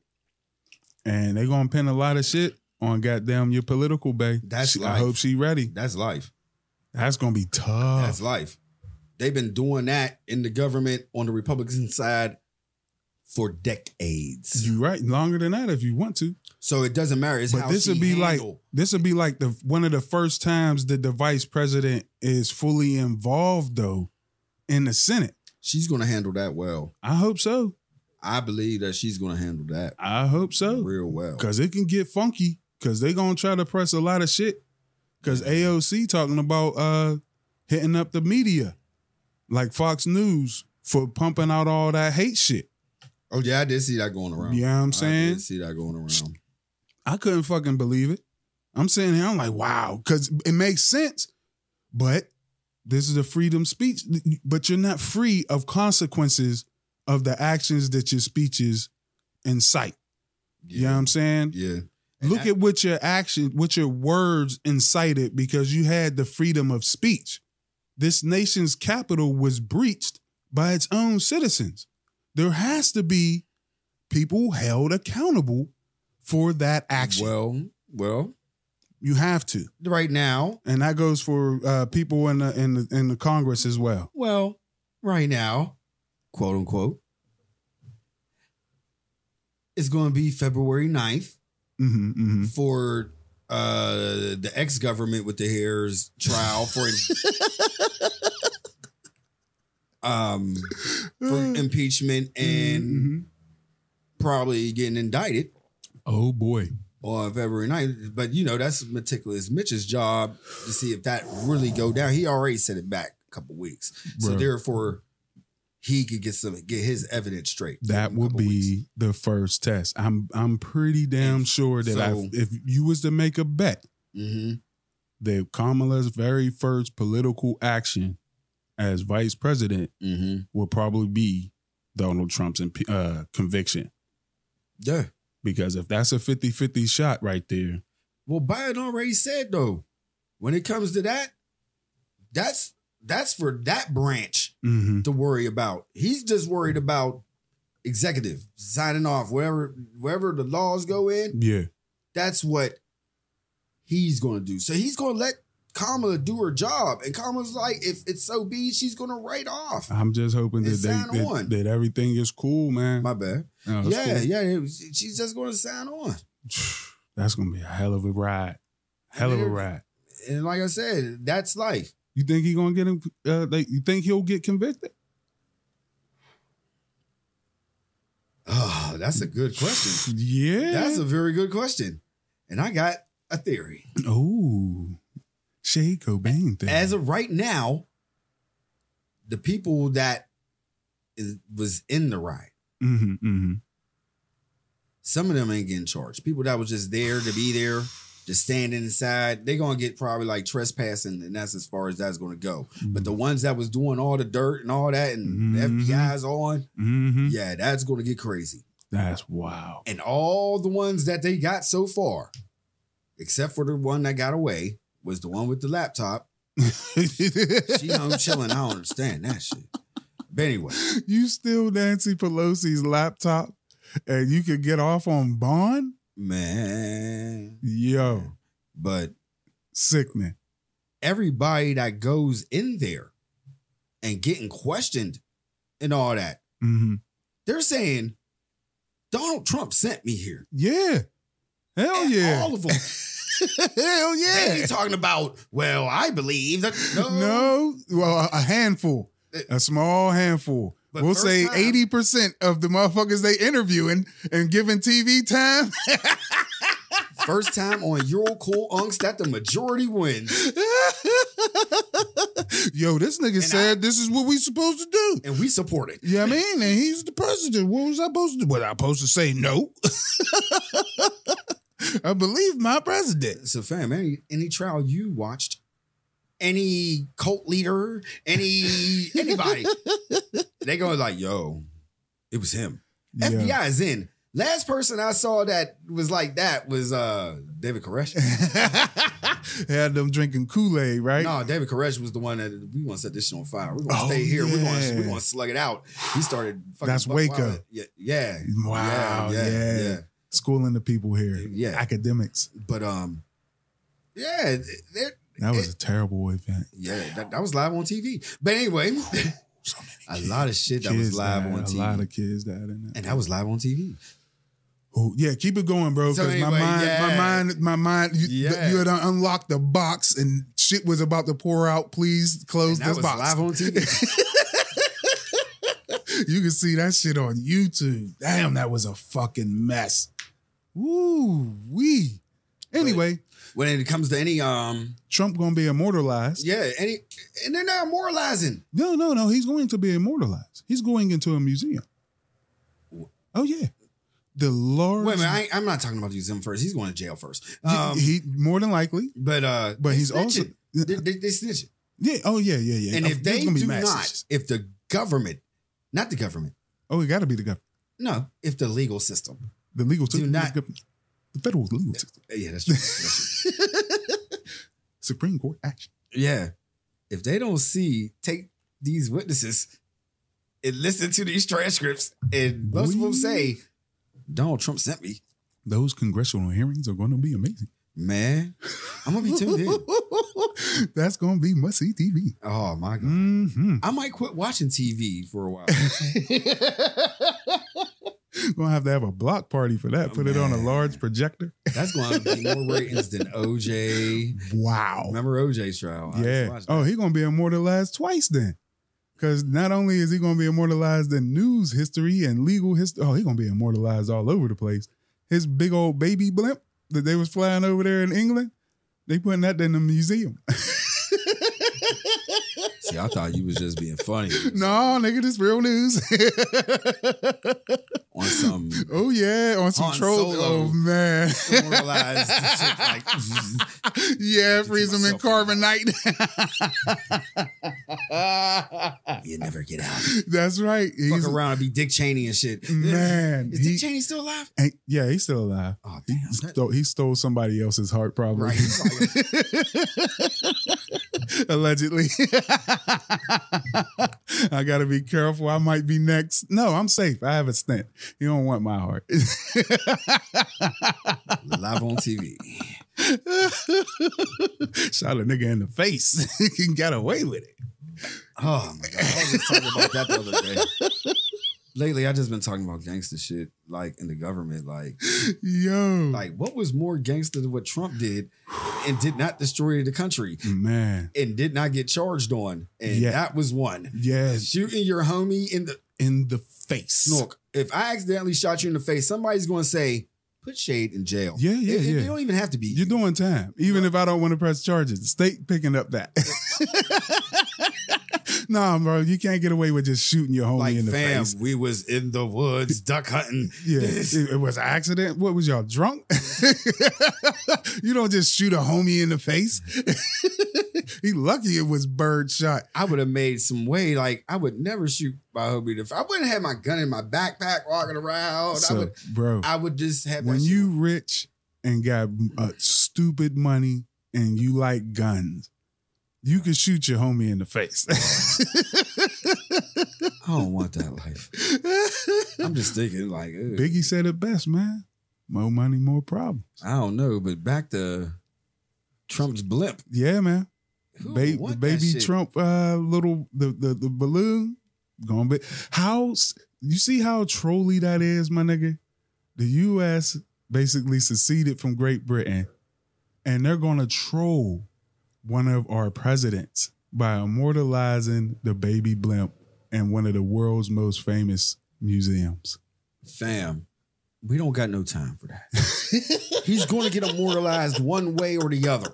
[SPEAKER 2] and they gonna pin a lot of shit on goddamn your political babe.
[SPEAKER 3] That's
[SPEAKER 2] She- I
[SPEAKER 3] life.
[SPEAKER 2] hope she ready.
[SPEAKER 3] That's life.
[SPEAKER 2] That's gonna be tough.
[SPEAKER 3] That's life. They've been doing that in the government on the Republican side for decades.
[SPEAKER 2] you right. Longer than that if you want to.
[SPEAKER 3] So it doesn't matter. It's
[SPEAKER 2] But
[SPEAKER 3] how
[SPEAKER 2] this
[SPEAKER 3] she
[SPEAKER 2] would be like
[SPEAKER 3] handled-
[SPEAKER 2] this would be like the one of the first times that the vice president is fully involved though in the Senate.
[SPEAKER 3] she's going to handle that well.
[SPEAKER 2] I hope so.
[SPEAKER 3] I believe that she's going to handle that
[SPEAKER 2] I hope so.
[SPEAKER 3] real well.
[SPEAKER 2] Cause it can get funky. Cause they gonna try to press a lot of shit. Cause AOC talking about uh hitting up the media, like Fox News for pumping out all that hate shit.
[SPEAKER 3] Oh yeah, I did see that going around.
[SPEAKER 2] You know what I'm
[SPEAKER 3] I
[SPEAKER 2] saying?
[SPEAKER 3] did see that going around.
[SPEAKER 2] I couldn't fucking believe it. I'm sitting here, I'm like, wow, because it makes sense, but this is a freedom speech. But you're not free of consequences of the actions that your speeches incite. You know what I'm saying?
[SPEAKER 3] yeah. And
[SPEAKER 2] Look
[SPEAKER 3] that-
[SPEAKER 2] at what your action, what your words incited because you had the freedom of speech. This nation's capital was breached by its own citizens. There has to be people held accountable for that action.
[SPEAKER 3] Well, well,
[SPEAKER 2] You have to,
[SPEAKER 3] right now,
[SPEAKER 2] and that goes for uh, people in the in the in the Congress as well.
[SPEAKER 3] well, right now, quote unquote, it's going to be February 9th
[SPEAKER 2] hmm hmm
[SPEAKER 3] for uh the ex government with the hairs trial for um for impeachment
[SPEAKER 2] Mm-hmm.
[SPEAKER 3] and probably getting indicted.
[SPEAKER 2] oh boy,
[SPEAKER 3] on February 9th. But you know, that's meticulous Mitch's job to see if that really go down. He already sent it back a couple weeks. So
[SPEAKER 2] Right.
[SPEAKER 3] therefore, he could get some get his evidence straight.
[SPEAKER 2] That
[SPEAKER 3] in a
[SPEAKER 2] would
[SPEAKER 3] couple
[SPEAKER 2] be
[SPEAKER 3] weeks.
[SPEAKER 2] the first test. I'm I'm pretty damn
[SPEAKER 3] And
[SPEAKER 2] sure that I,
[SPEAKER 3] so-
[SPEAKER 2] if you was to make a bet
[SPEAKER 3] Mhm.
[SPEAKER 2] that Kamala's very first political action as vice president
[SPEAKER 3] Mhm.
[SPEAKER 2] will probably be Donald Trump's impe- uh, conviction
[SPEAKER 3] Yeah.
[SPEAKER 2] because if that's a 50-50 shot right there,
[SPEAKER 3] Well, Biden already said though, when it comes to that, that's that's for that branch
[SPEAKER 2] mm-hmm.
[SPEAKER 3] to worry about. He's just worried about executive signing off wherever wherever the laws go in.
[SPEAKER 2] yeah,
[SPEAKER 3] That's what he's going to do. So he's going to let Kamala do her job, and Kamala's like, if it's so be, she's going to write off.
[SPEAKER 2] I'm just hoping that
[SPEAKER 3] It's
[SPEAKER 2] they
[SPEAKER 3] sign
[SPEAKER 2] that,
[SPEAKER 3] on.
[SPEAKER 2] that everything is cool, man.
[SPEAKER 3] My bad.
[SPEAKER 2] No, it's
[SPEAKER 3] yeah,
[SPEAKER 2] cool.
[SPEAKER 3] yeah. it was- She's just going to sign on.
[SPEAKER 2] [SIGHS] That's gonna be a hell of a ride. Hell of a
[SPEAKER 3] Dude.
[SPEAKER 2] ride.
[SPEAKER 3] And like I said, that's life.
[SPEAKER 2] You think he gonna get him? Uh, like you think he'll get convicted?
[SPEAKER 3] Oh, that's a good question.
[SPEAKER 2] Yeah.
[SPEAKER 3] That's a very good question. And I got a theory.
[SPEAKER 2] oh, Shea Cobain thing.
[SPEAKER 3] as of right now, the people that is, was in the riot,
[SPEAKER 2] mm-hmm, mm-hmm.
[SPEAKER 3] some of them ain't getting charged. People that was just there to be there, just standing inside, they gonna get probably like trespassing, and that's as far as that's gonna go. But the ones that was doing all the dirt and all that, and
[SPEAKER 2] Mhm.
[SPEAKER 3] the FBI's on,
[SPEAKER 2] hmm
[SPEAKER 3] yeah, that's gonna get crazy.
[SPEAKER 2] That's wow.
[SPEAKER 3] [LAUGHS] And all the ones that they got so far, except for the one that got away, was the one with the laptop. She
[SPEAKER 2] [LAUGHS]
[SPEAKER 3] home chilling. I don't understand that shit. But anyway.
[SPEAKER 2] [LAUGHS] you still Nancy Pelosi's laptop, and you could get off on bond.
[SPEAKER 3] man.
[SPEAKER 2] Yo,
[SPEAKER 3] But
[SPEAKER 2] sickening.
[SPEAKER 3] everybody that goes in there and getting questioned and all that,
[SPEAKER 2] Mm-hmm.
[SPEAKER 3] they're saying Donald Trump sent me here.
[SPEAKER 2] Yeah. Hell
[SPEAKER 3] And
[SPEAKER 2] Oh, yeah.
[SPEAKER 3] all [LAUGHS] of
[SPEAKER 2] [LAUGHS]
[SPEAKER 3] them.
[SPEAKER 2] Hell
[SPEAKER 3] They
[SPEAKER 2] yeah.
[SPEAKER 3] ain't talking about. Well, I believe that no,
[SPEAKER 2] [LAUGHS] No, well, a handful, a small handful.
[SPEAKER 3] But
[SPEAKER 2] we'll
[SPEAKER 3] first
[SPEAKER 2] say
[SPEAKER 3] time-
[SPEAKER 2] eighty percent of the motherfuckers they interviewing and giving TV time. [LAUGHS]
[SPEAKER 3] First time on Euro Cool Unks that the majority wins,
[SPEAKER 2] Yo, this nigga said this is what we supposed to do.
[SPEAKER 3] and we support it.
[SPEAKER 2] Yeah, I mean, and he's the president. What was I supposed to do? Was I supposed to say no? [LAUGHS] I believe my
[SPEAKER 3] [LAUGHS]
[SPEAKER 2] president.
[SPEAKER 3] So, fam, any any trial you watched, any cult leader, any
[SPEAKER 2] [LAUGHS]
[SPEAKER 3] anybody, they gonna like, yo, it was him.
[SPEAKER 2] Yeah.
[SPEAKER 3] FBI is in. Last person I saw that was like that was uh David
[SPEAKER 2] [LAUGHS]
[SPEAKER 3] Koresh.
[SPEAKER 2] Had them drinking Kool Aid, right?
[SPEAKER 3] No, David Koresh was the one that we want to set this shit on fire. We're gonna
[SPEAKER 2] Oh,
[SPEAKER 3] stay here. We're
[SPEAKER 2] yeah.
[SPEAKER 3] gonna we're gonna slug it out. He started. Fucking
[SPEAKER 2] That's
[SPEAKER 3] Buck
[SPEAKER 2] Waco.
[SPEAKER 3] Wild. Yeah, yeah,
[SPEAKER 2] Wow. Yeah,
[SPEAKER 3] yeah, yeah,
[SPEAKER 2] Schooling the people here.
[SPEAKER 3] Yeah.
[SPEAKER 2] Academics.
[SPEAKER 3] But um, yeah, they're-
[SPEAKER 2] That was a terrible event.
[SPEAKER 3] yeah, that, that was live on TV. But anyway,
[SPEAKER 2] So
[SPEAKER 3] [LAUGHS]
[SPEAKER 2] many
[SPEAKER 3] a lot of shit that was live on
[SPEAKER 2] died, A lot
[SPEAKER 3] TV,
[SPEAKER 2] of kids died in that.
[SPEAKER 3] and that was live on TV.
[SPEAKER 2] Oh, yeah, keep it going, bro.
[SPEAKER 3] So
[SPEAKER 2] Because my
[SPEAKER 3] anyway,
[SPEAKER 2] mind, my
[SPEAKER 3] yeah.
[SPEAKER 2] mind, my mind. You,
[SPEAKER 3] Yeah.
[SPEAKER 2] you had unlocked the box and shit was about to pour out. Please
[SPEAKER 3] And
[SPEAKER 2] close
[SPEAKER 3] that
[SPEAKER 2] this
[SPEAKER 3] was
[SPEAKER 2] box.
[SPEAKER 3] live on TV.
[SPEAKER 2] [LAUGHS] You can see that shit on YouTube. Damn, that was a fucking mess. Woo wee. Anyway,
[SPEAKER 3] when it comes to any um,
[SPEAKER 2] Trump gonna be immortalized.
[SPEAKER 3] yeah, any, and they're not moralizing.
[SPEAKER 2] No, no, no. He's going to be immortalized. He's going into a museum. Oh yeah, the large.
[SPEAKER 3] Wait a minute, I, ain't- I'm not talking about museum first. He's going to jail first.
[SPEAKER 2] Y-
[SPEAKER 3] Um,
[SPEAKER 2] he more than likely,
[SPEAKER 3] but uh,
[SPEAKER 2] but
[SPEAKER 3] they
[SPEAKER 2] he's also
[SPEAKER 3] snitching. they, they, they snitching.
[SPEAKER 2] yeah. Oh yeah, yeah, yeah.
[SPEAKER 3] And
[SPEAKER 2] Oh,
[SPEAKER 3] if
[SPEAKER 2] there's
[SPEAKER 3] they
[SPEAKER 2] gonna be
[SPEAKER 3] do
[SPEAKER 2] mass
[SPEAKER 3] not,
[SPEAKER 2] snitches.
[SPEAKER 3] if the government, not the government,
[SPEAKER 2] oh, it got to be the government,
[SPEAKER 3] no, if the legal system,
[SPEAKER 2] the legal system,
[SPEAKER 3] not-
[SPEAKER 2] the, gov- the federal legal system,
[SPEAKER 3] yeah, that's true.
[SPEAKER 2] [LAUGHS]
[SPEAKER 3] That's
[SPEAKER 2] Supreme Court action.
[SPEAKER 3] true. yeah, if they don't see, take these witnesses and listen to these transcripts, and most of them say, Donald Trump sent me.
[SPEAKER 2] Those congressional hearings are going to be amazing.
[SPEAKER 3] Man, I'm gonna be tuned
[SPEAKER 2] [LAUGHS]
[SPEAKER 3] in.
[SPEAKER 2] That's gonna be must see TV.
[SPEAKER 3] Oh my god, [LAUGHS]
[SPEAKER 2] Mm-hmm.
[SPEAKER 3] I might quit watching TV for a while.
[SPEAKER 2] Gonna have to have a block party for that.
[SPEAKER 3] Oh,
[SPEAKER 2] Put it on a
[SPEAKER 3] man.
[SPEAKER 2] large projector.
[SPEAKER 3] That's going to be more
[SPEAKER 2] [LAUGHS]
[SPEAKER 3] ratings than OJ.
[SPEAKER 2] Wow.
[SPEAKER 3] Remember OJ's trial? I just
[SPEAKER 2] yeah.
[SPEAKER 3] watched that.
[SPEAKER 2] Oh, he gonna be immortalized twice then. Cause not only is he gonna be immortalized in news history and legal history, oh, he gonna be immortalized all over the place. His big old baby blimp that they was flying over [LAUGHS] there in England, they putting that in the museum.
[SPEAKER 3] So Ricky, I thought you was just being funny
[SPEAKER 2] [LAUGHS] No, nigga, this real news. [LAUGHS]
[SPEAKER 3] on some.
[SPEAKER 2] oh yeah, on some
[SPEAKER 3] On
[SPEAKER 2] troll.
[SPEAKER 3] Solo.
[SPEAKER 2] Oh man,
[SPEAKER 3] Demoralized shit like [LAUGHS]
[SPEAKER 2] [LAUGHS] yeah,
[SPEAKER 3] Keep
[SPEAKER 2] Friesman and
[SPEAKER 3] myself
[SPEAKER 2] Carbonite.
[SPEAKER 3] you never get out.
[SPEAKER 2] [LAUGHS] That's right. He's
[SPEAKER 4] Fuck around and be Dick Cheney and shit.
[SPEAKER 2] man.
[SPEAKER 4] Is
[SPEAKER 2] he-
[SPEAKER 4] Dick Cheney still alive?
[SPEAKER 2] and- yeah, he's still alive.
[SPEAKER 3] Oh
[SPEAKER 2] He
[SPEAKER 3] damn!
[SPEAKER 2] stole, he stole somebody else's heart, probably.
[SPEAKER 4] Right. He's like,
[SPEAKER 2] [LAUGHS] Allegedly. [LAUGHS] I got to be careful. I might be next. No, I'm safe. I have a stent. You don't want my heart. [LAUGHS]
[SPEAKER 3] Live on TV.
[SPEAKER 2] Shot a nigga in the face. [LAUGHS] he got away with it.
[SPEAKER 3] Oh my god! I was just talking about that the other day. Lately, I just been talking about gangster shit, like in the government, like
[SPEAKER 2] Yo.
[SPEAKER 3] like what was more gangster than what Trump did, and did not destroy the country,
[SPEAKER 2] man.
[SPEAKER 3] and did not get charged on, and
[SPEAKER 2] Yeah.
[SPEAKER 3] that was one
[SPEAKER 2] Yes.
[SPEAKER 3] shooting your homie in the
[SPEAKER 2] In the face.
[SPEAKER 3] look. If I accidentally shot you in the face, somebody's going to say, "Put Shade in jail."
[SPEAKER 2] Yeah, yeah,
[SPEAKER 3] It- it-
[SPEAKER 2] yeah.
[SPEAKER 3] You don't even have to be.
[SPEAKER 2] You're doing time. Even if I don't want to press charges, the state picking up
[SPEAKER 3] [LAUGHS]
[SPEAKER 2] that. nah, bro, you can't get away with just shooting your homie
[SPEAKER 3] like
[SPEAKER 2] in the
[SPEAKER 3] fam.
[SPEAKER 2] face.
[SPEAKER 3] We was in the woods duck hunting.
[SPEAKER 2] Yeah, it, it was an accident. What was y'all drunk? [LAUGHS] you don't just shoot a homie in the face. [LAUGHS] he lucky it was bird shot.
[SPEAKER 3] I would have made some way. Like I would never shoot my homie. If I wouldn't have my gun in my backpack walking around, I
[SPEAKER 2] so,
[SPEAKER 3] Oh, would.
[SPEAKER 2] bro,
[SPEAKER 3] I would just have. that
[SPEAKER 2] when
[SPEAKER 3] shit [LAUGHS]
[SPEAKER 2] you rich and got uh, stupid money and you like guns, you can shoot your homie in the face. [LAUGHS]
[SPEAKER 3] I don't want that life. I'm just thinking like ugh,
[SPEAKER 2] Biggie said it best, man. More money, more problem.
[SPEAKER 3] I don't know, but back to Trump's blimp.
[SPEAKER 2] Yeah, man.
[SPEAKER 3] Who
[SPEAKER 2] Ba-
[SPEAKER 3] want that
[SPEAKER 2] the baby
[SPEAKER 3] shit?
[SPEAKER 2] Trump uh, little the, the the balloon going big. How s- you see how trolly that is, my nigga? The U.S. basically seceded from Great Britain, and they're gonna troll one of our presidents by immortalizing the baby blimp in one of the world's most famous museums. [LAUGHS]
[SPEAKER 3] fam. We don't got no time for that. [LAUGHS] He's going to get immortalized one way or the other.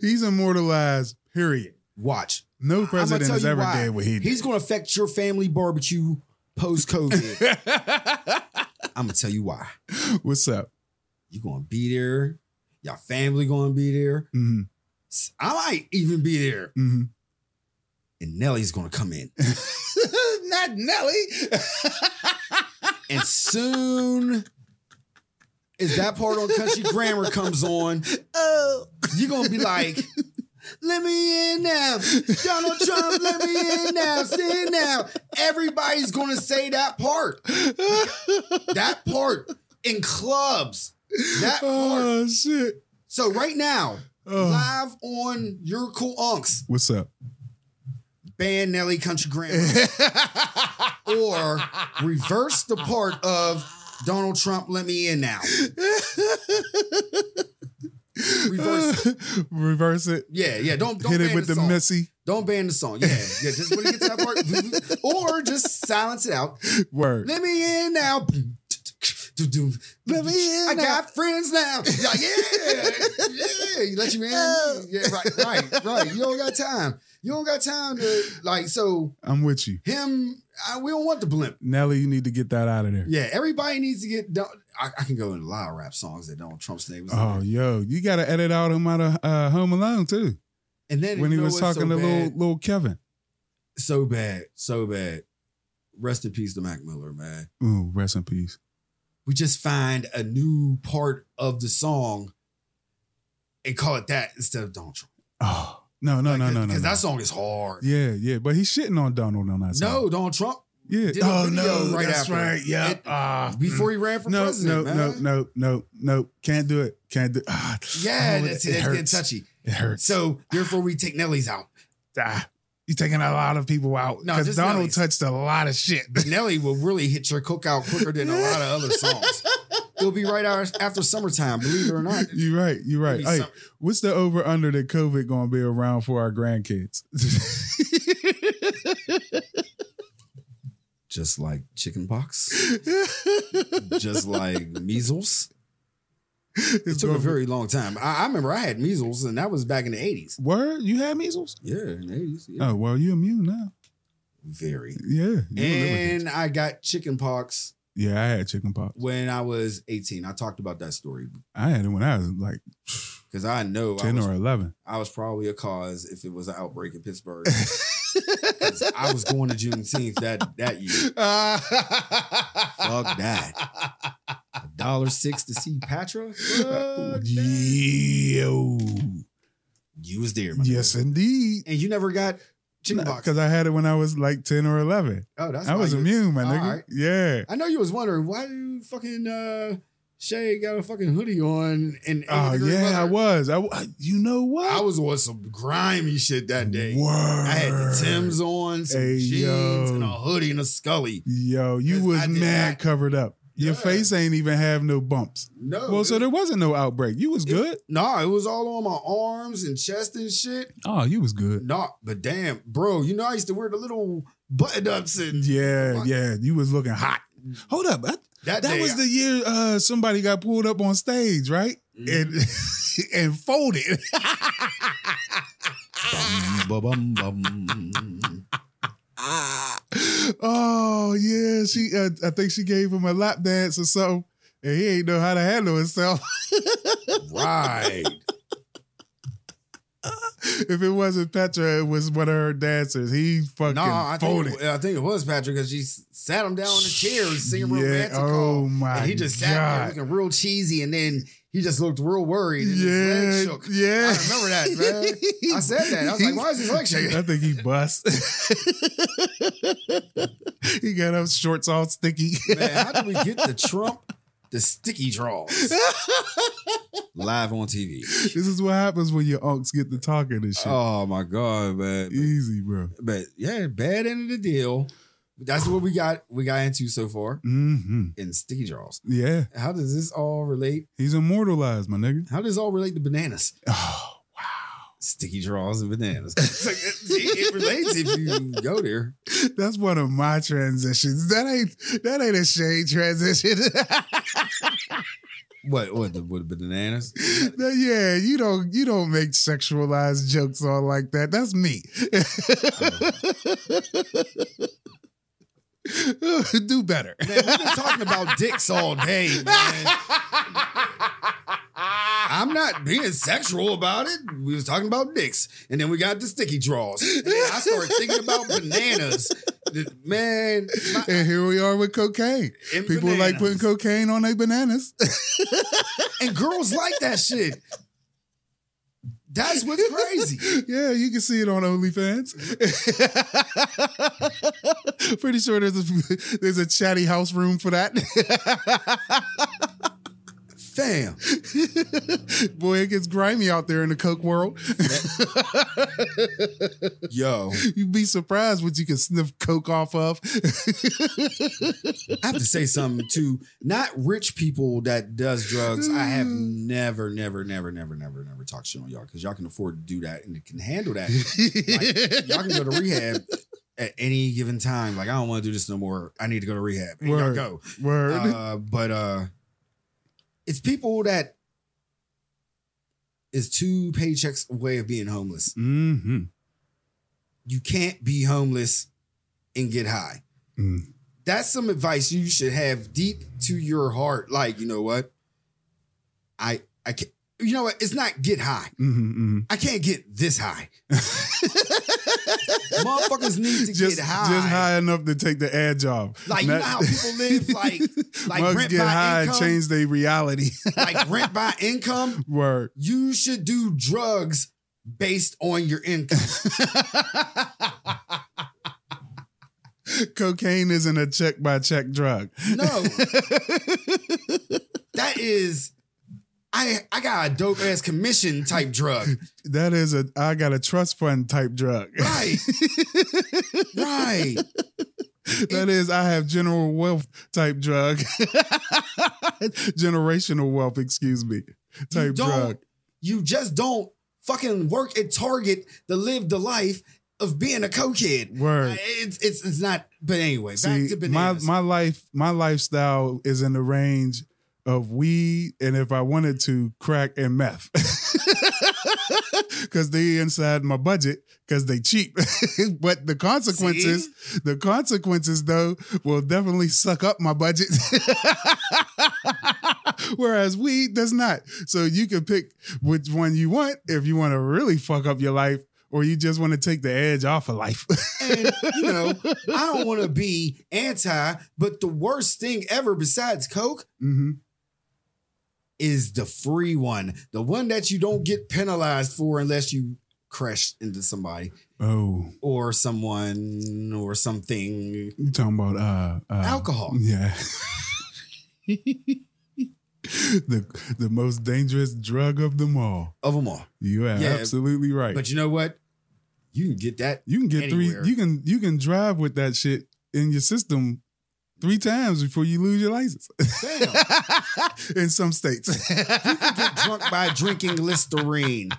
[SPEAKER 2] He's immortalized. Period.
[SPEAKER 3] Watch.
[SPEAKER 2] No
[SPEAKER 3] I'ma
[SPEAKER 2] president
[SPEAKER 3] tell
[SPEAKER 2] has
[SPEAKER 3] you
[SPEAKER 2] ever
[SPEAKER 3] why.
[SPEAKER 2] did what he did.
[SPEAKER 3] He's going to affect your family barbecue post COVID.
[SPEAKER 2] [LAUGHS]
[SPEAKER 3] I'm gonna tell you why.
[SPEAKER 2] What's up?
[SPEAKER 3] You gonna be there. Your family gonna be there.
[SPEAKER 2] hmm
[SPEAKER 3] S- I might even be there.
[SPEAKER 2] hmm
[SPEAKER 3] [LAUGHS] And Nelly's gonna come in.
[SPEAKER 2] Not Nelly.
[SPEAKER 3] And soon as that part on country grammar comes on,
[SPEAKER 2] Oh.
[SPEAKER 3] you're gonna be like, let me in now. Donald Trump, let me in now. Sit now. Everybody's gonna say that part. That part in clubs. That part.
[SPEAKER 2] [SIGHS] oh shit.
[SPEAKER 3] So right now,
[SPEAKER 2] Oh.
[SPEAKER 3] live on your cool unks.
[SPEAKER 2] What's up?
[SPEAKER 3] ban Nelly Country
[SPEAKER 2] [LAUGHS]
[SPEAKER 3] Grammar or reverse the part of Donald Trump, let me in now. Reverse. it.
[SPEAKER 2] [LAUGHS] Reverse it.
[SPEAKER 3] Yeah, yeah. Don't don't
[SPEAKER 2] Hit
[SPEAKER 3] ban
[SPEAKER 2] it with the,
[SPEAKER 3] song.
[SPEAKER 2] messy
[SPEAKER 3] Don't ban the song. Yeah, yeah. Just when you get to that part, [LAUGHS] or just silence it out.
[SPEAKER 2] word.
[SPEAKER 3] Let me in now.
[SPEAKER 2] Let me [LAUGHS] in
[SPEAKER 3] I
[SPEAKER 2] now.
[SPEAKER 3] got friends now.
[SPEAKER 2] [LAUGHS]
[SPEAKER 3] [LAUGHS] Yeah, yeah, yeah. You let you in.
[SPEAKER 2] Oh.
[SPEAKER 3] Yeah, right, right, right. You don't got time. You don't got time to like. So
[SPEAKER 2] I'm with you.
[SPEAKER 3] him. I, we don't want the blimp.
[SPEAKER 2] Nelly, you need to get that out of there.
[SPEAKER 3] Yeah, everybody needs to get. Don- I, I can go into a lot of rap songs that Donald Trump's name was. in
[SPEAKER 2] Oh,
[SPEAKER 3] there.
[SPEAKER 2] yo, you gotta edit out him out of uh, Home Alone too.
[SPEAKER 3] and then
[SPEAKER 2] When he
[SPEAKER 3] you know
[SPEAKER 2] was
[SPEAKER 3] what's
[SPEAKER 2] talking
[SPEAKER 3] so
[SPEAKER 2] to
[SPEAKER 3] bad,
[SPEAKER 2] little little Kevin.
[SPEAKER 3] so bad, so bad. Rest in peace to Mac Miller, man.
[SPEAKER 2] Ooh, rest in peace.
[SPEAKER 3] We just find a new part of the song and call it that instead of Donald Trump.
[SPEAKER 2] Oh no, no, no, no, no.
[SPEAKER 3] because
[SPEAKER 2] no.
[SPEAKER 3] that song is hard.
[SPEAKER 2] yeah, yeah, but he's shitting on Donald on that song.
[SPEAKER 3] No, Donald Trump.
[SPEAKER 2] yeah.
[SPEAKER 3] did a
[SPEAKER 2] Oh
[SPEAKER 3] video
[SPEAKER 2] no,
[SPEAKER 3] right
[SPEAKER 2] that's
[SPEAKER 3] after.
[SPEAKER 2] right. Yeah,
[SPEAKER 3] It-
[SPEAKER 2] Ah,
[SPEAKER 3] Before he ran for
[SPEAKER 2] no,
[SPEAKER 3] president,
[SPEAKER 2] no,
[SPEAKER 3] man.
[SPEAKER 2] no, no, no, no, no. Can't do it. Can't do. Ah,
[SPEAKER 3] Yeah, that's,
[SPEAKER 2] oh, it
[SPEAKER 3] that's getting
[SPEAKER 2] hurts.
[SPEAKER 3] touchy.
[SPEAKER 2] It hurts.
[SPEAKER 3] So therefore, we take Nelly's out.
[SPEAKER 2] Ah, you're taking a lot of people out
[SPEAKER 3] No,
[SPEAKER 2] because
[SPEAKER 3] just
[SPEAKER 2] Donald
[SPEAKER 3] Nelly's.
[SPEAKER 2] touched a lot of shit.
[SPEAKER 3] Nelly will really hit your cookout quicker than a lot of other songs. It'll be right out- after summertime, believe it
[SPEAKER 2] [LAUGHS]
[SPEAKER 3] or not.
[SPEAKER 2] You're right. You're right.
[SPEAKER 3] Maybe
[SPEAKER 2] Hey,
[SPEAKER 3] some-
[SPEAKER 2] what's the over under that COVID going to be around for our grandkids? [LAUGHS]
[SPEAKER 3] Just
[SPEAKER 2] [LAUGHS]
[SPEAKER 3] like chicken pox, just like measles, It took a very long time. I, I remember I had measles, and that was back in the eighties.
[SPEAKER 2] Word? You had measles?
[SPEAKER 3] Yeah, in the eighties.
[SPEAKER 2] Oh, well, you're immune now.
[SPEAKER 3] Very.
[SPEAKER 2] Yeah. you live with it.
[SPEAKER 3] And I got chicken pox
[SPEAKER 2] yeah, I had chicken pox.
[SPEAKER 3] when I was eighteen. I talked about that story
[SPEAKER 2] I had it when I was like
[SPEAKER 3] because I know I
[SPEAKER 2] 10
[SPEAKER 3] was,
[SPEAKER 2] or 11.
[SPEAKER 3] I was probably a cause if it was an outbreak in
[SPEAKER 2] [LAUGHS]
[SPEAKER 3] Pittsburgh. [LAUGHS] 'Cause I was going to Juneteenth that that year.
[SPEAKER 2] [LAUGHS]
[SPEAKER 3] Fuck that. A dollar six to see
[SPEAKER 2] [LAUGHS]
[SPEAKER 3] Patra. Fuck that.
[SPEAKER 2] Yo.
[SPEAKER 3] You was there, my
[SPEAKER 2] Yes,
[SPEAKER 3] nigga.
[SPEAKER 2] indeed.
[SPEAKER 3] and you never got chickenpox.
[SPEAKER 2] Because I had it when I was like 10 or 11.
[SPEAKER 3] oh, that's
[SPEAKER 2] I
[SPEAKER 3] why
[SPEAKER 2] was
[SPEAKER 3] you-
[SPEAKER 2] immune, my
[SPEAKER 3] All
[SPEAKER 2] nigga.
[SPEAKER 3] right.
[SPEAKER 2] Yeah.
[SPEAKER 3] I know you was wondering why do fucking uh, Shay got a fucking hoodie on and
[SPEAKER 2] Oh,
[SPEAKER 3] angry
[SPEAKER 2] yeah, I
[SPEAKER 3] mother-
[SPEAKER 2] was. I, I- you know what?
[SPEAKER 3] I was on some grimy shit that day.
[SPEAKER 2] Word.
[SPEAKER 3] I had the Tim's on, some
[SPEAKER 2] Hey,
[SPEAKER 3] jeans,
[SPEAKER 2] yo.
[SPEAKER 3] and a hoodie and a scully.
[SPEAKER 2] Yo, you
[SPEAKER 3] 'Cause I
[SPEAKER 2] was
[SPEAKER 3] did
[SPEAKER 2] mad
[SPEAKER 3] not-
[SPEAKER 2] covered up. Your
[SPEAKER 3] Yeah. Oh,
[SPEAKER 2] face ain't even have no bumps.
[SPEAKER 3] No,
[SPEAKER 2] Well, so
[SPEAKER 3] it-
[SPEAKER 2] there wasn't no outbreak. You was good.
[SPEAKER 3] Nah, it was all on my arms and chest and shit.
[SPEAKER 2] Oh, you was good.
[SPEAKER 3] Nah, but damn, bro, you know I used to wear the little button ups and
[SPEAKER 2] Yeah, yeah. You was looking hot.
[SPEAKER 3] Mm.
[SPEAKER 2] Hold up. I-
[SPEAKER 3] that.
[SPEAKER 2] that
[SPEAKER 3] day,
[SPEAKER 2] was the year uh, somebody got pulled up on stage, right?
[SPEAKER 3] Mm.
[SPEAKER 2] [LAUGHS]
[SPEAKER 3] Mm-hmm.
[SPEAKER 2] And and folded.
[SPEAKER 3] Bum, bum, bum.
[SPEAKER 2] [LAUGHS] oh yeah, she. Uh, I think she gave him a lap dance or something, and he ain't know how to handle himself. [LAUGHS]
[SPEAKER 3] right.
[SPEAKER 2] if it wasn't Petra, it was one of her dancers. He fucking
[SPEAKER 3] Nah, I think,
[SPEAKER 2] folded.
[SPEAKER 3] it, I think it was Patrick because she s- sat him down on the chair and singing
[SPEAKER 2] Yeah,
[SPEAKER 3] romantic
[SPEAKER 2] oh
[SPEAKER 3] call.
[SPEAKER 2] my
[SPEAKER 3] and he just sat there
[SPEAKER 2] God.
[SPEAKER 3] looking real cheesy and then he just looked real worried and
[SPEAKER 2] yeah,
[SPEAKER 3] his leg shook.
[SPEAKER 2] yeah.
[SPEAKER 3] I remember that, man. I said that. I was
[SPEAKER 2] [LAUGHS]
[SPEAKER 3] like, why is his leg shaking?
[SPEAKER 2] I think he bust. [LAUGHS] he got up shorts all sticky. [LAUGHS]
[SPEAKER 3] Man, how do we get the Trump the sticky
[SPEAKER 2] [LAUGHS]
[SPEAKER 3] draws live on TV?
[SPEAKER 2] this is what happens when your unks get to talking and shit.
[SPEAKER 3] Oh my god, man!
[SPEAKER 2] Easy, bro.
[SPEAKER 3] But, but yeah, bad end of the deal. That's what we got. We got into so far
[SPEAKER 2] hmm
[SPEAKER 3] in sticky draws.
[SPEAKER 2] Yeah,
[SPEAKER 3] How does this all relate?
[SPEAKER 2] he's immortalized, my nigga.
[SPEAKER 3] How does this all relate to bananas?
[SPEAKER 2] Oh,
[SPEAKER 3] Sticky draws and bananas. It's like, see, it relates if you go there.
[SPEAKER 2] [SIGHS] that's one of my transitions. That ain't that ain't a shade transition. [LAUGHS]
[SPEAKER 3] What? What? The, what the bananas?
[SPEAKER 2] No, yeah, you don't you don't make sexualized jokes all like that. That's me. [LAUGHS] Do better.
[SPEAKER 3] Man, we've been talking about dicks all day, man. I'm not being sexual about it. We was talking about dicks, and then we got the sticky draws. And then I started thinking about bananas. The- Man, my-
[SPEAKER 2] And here we are with cocaine.
[SPEAKER 3] and
[SPEAKER 2] People like putting
[SPEAKER 3] bananas.
[SPEAKER 2] cocaine on their bananas.
[SPEAKER 3] and girls like that shit. That's what's crazy.
[SPEAKER 2] yeah, you can see it on OnlyFans. [LAUGHS] Pretty sure there's a there's a chatty house room for that.
[SPEAKER 3] Fam,
[SPEAKER 2] [LAUGHS] Boy, it gets grimy out there in the coke world.
[SPEAKER 3] yo,
[SPEAKER 2] You'd be surprised what you can sniff coke off of. [LAUGHS]
[SPEAKER 3] I have to say something to not rich people that does drugs. I have never, never, never, never, never, never talked shit on y'all because y'all can afford to do that and can handle that. Like, y'all can go to rehab at any given time. Like, I don't want to do this no more. I need to go to rehab. And y'all
[SPEAKER 2] Word.
[SPEAKER 3] go.
[SPEAKER 2] Word.
[SPEAKER 3] Uh, but uh, it's people that is two paychecks away of being homeless.
[SPEAKER 2] mm-hmm.
[SPEAKER 3] You can't be homeless and get high.
[SPEAKER 2] Mm.
[SPEAKER 3] That's some advice you should have deep to your heart. Like, you know what? I I can't. You know what? It's not get high.
[SPEAKER 2] Mm-hmm.
[SPEAKER 3] I can't get this
[SPEAKER 2] [LAUGHS]
[SPEAKER 3] high. Motherfuckers need to
[SPEAKER 2] Just,
[SPEAKER 3] get high.
[SPEAKER 2] just high enough to take the edge off.
[SPEAKER 3] Like, you know how people live,
[SPEAKER 2] [LAUGHS]
[SPEAKER 3] like- like
[SPEAKER 2] Mugs
[SPEAKER 3] rent
[SPEAKER 2] get
[SPEAKER 3] by
[SPEAKER 2] high
[SPEAKER 3] income?
[SPEAKER 2] and change their reality. [LAUGHS]
[SPEAKER 3] like rent by income,
[SPEAKER 2] Word.
[SPEAKER 3] you should do drugs based on your income.
[SPEAKER 2] Cocaine isn't a check by check drug.
[SPEAKER 3] No. [LAUGHS] that is I I got a dope ass commission type drug.
[SPEAKER 2] That is a I got a trust fund type drug. [LAUGHS]
[SPEAKER 3] Right. right.
[SPEAKER 2] that is I have general wealth type drug. [LAUGHS] Generational wealth, excuse me.
[SPEAKER 3] You
[SPEAKER 2] Type
[SPEAKER 3] don't
[SPEAKER 2] drug.
[SPEAKER 3] you just don't fucking work at Target to live the life of being a cokehead.
[SPEAKER 2] Word.
[SPEAKER 3] It's it's it's not but anyway, back
[SPEAKER 2] See,
[SPEAKER 3] to
[SPEAKER 2] my
[SPEAKER 3] bananas.
[SPEAKER 2] my life my lifestyle is in the range of weed and if I wanted to, crack and meth. [LAUGHS] Cause they inside my budget because they cheap. [LAUGHS] but the consequences, the consequences though, will definitely suck up my budget. [LAUGHS] Whereas weed does not. So you can pick which one you want if you want to really fuck up your life or you just want to take the edge off of life. [LAUGHS]
[SPEAKER 3] And you know, I don't want to be anti, but the worst thing ever besides Coke
[SPEAKER 2] hmm
[SPEAKER 3] is the free one. The one that you don't get penalized for unless you crash into somebody
[SPEAKER 2] Oh,
[SPEAKER 3] or someone or something.
[SPEAKER 2] you talking about uh, uh
[SPEAKER 3] Alcohol.
[SPEAKER 2] Yeah. [LAUGHS] the the most dangerous drug of them all.
[SPEAKER 3] Of them all.
[SPEAKER 2] You are
[SPEAKER 3] Yeah,
[SPEAKER 2] absolutely right.
[SPEAKER 3] But you know what? You can get that.
[SPEAKER 2] you can get
[SPEAKER 3] anywhere.
[SPEAKER 2] three you can you can drive with that shit in your system three times before you lose your license. [LAUGHS]
[SPEAKER 3] Damn.
[SPEAKER 2] in
[SPEAKER 3] [LAUGHS]
[SPEAKER 2] some states.
[SPEAKER 3] get drunk by drinking Listerine.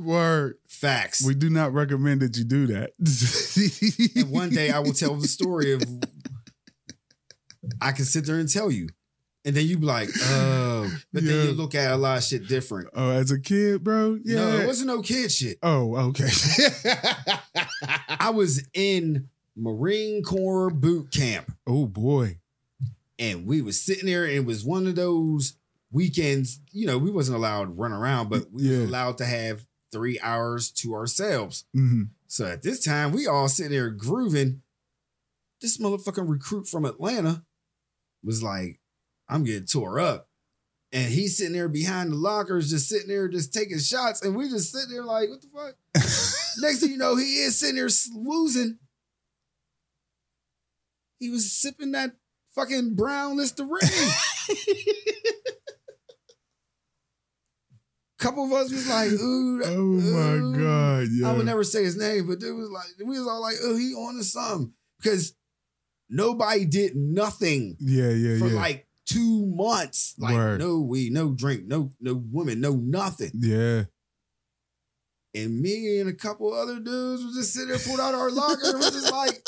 [SPEAKER 2] Word.
[SPEAKER 3] Facts.
[SPEAKER 2] We do not recommend that you do that.
[SPEAKER 3] [LAUGHS] and one day I will tell the story of I can sit there and tell you. And then you be like, oh, but
[SPEAKER 2] Yeah.
[SPEAKER 3] then you look at a lot of shit different.
[SPEAKER 2] Oh, as a kid, bro? Yeah.
[SPEAKER 3] No, it wasn't no kid shit.
[SPEAKER 2] oh, okay.
[SPEAKER 3] [LAUGHS] I was in Marine Corps boot camp
[SPEAKER 2] oh boy.
[SPEAKER 3] and we was sitting there and it was one of those weekends, you know, we wasn't allowed to run around, but we
[SPEAKER 2] Yeah.
[SPEAKER 3] were allowed to have three hours to ourselves.
[SPEAKER 2] hmm
[SPEAKER 3] So at this time, we all sitting there grooving. This motherfucking recruit from Atlanta was like, I'm getting tore up. And he's sitting there behind the lockers, just sitting there, just taking shots. And we just sitting there like, what the
[SPEAKER 2] [LAUGHS]
[SPEAKER 3] fuck? Next thing you know, he is sitting there swoozing. He was sipping that fucking brown
[SPEAKER 2] [LAUGHS]
[SPEAKER 3] Listerine. Couple of us was like, ooh,
[SPEAKER 2] Oh my
[SPEAKER 3] ooh.
[SPEAKER 2] god. Yeah.
[SPEAKER 3] I would never say his name, but dude was like, we was all like, oh, he on to something. Because nobody did nothing
[SPEAKER 2] yeah, yeah,
[SPEAKER 3] for
[SPEAKER 2] yeah.
[SPEAKER 3] like two months. Like
[SPEAKER 2] Word.
[SPEAKER 3] no weed, no drink, no no woman, no nothing.
[SPEAKER 2] yeah.
[SPEAKER 3] And me and a couple other dudes was just sitting there, pulled out our locker, and was just
[SPEAKER 2] [LAUGHS]
[SPEAKER 3] like,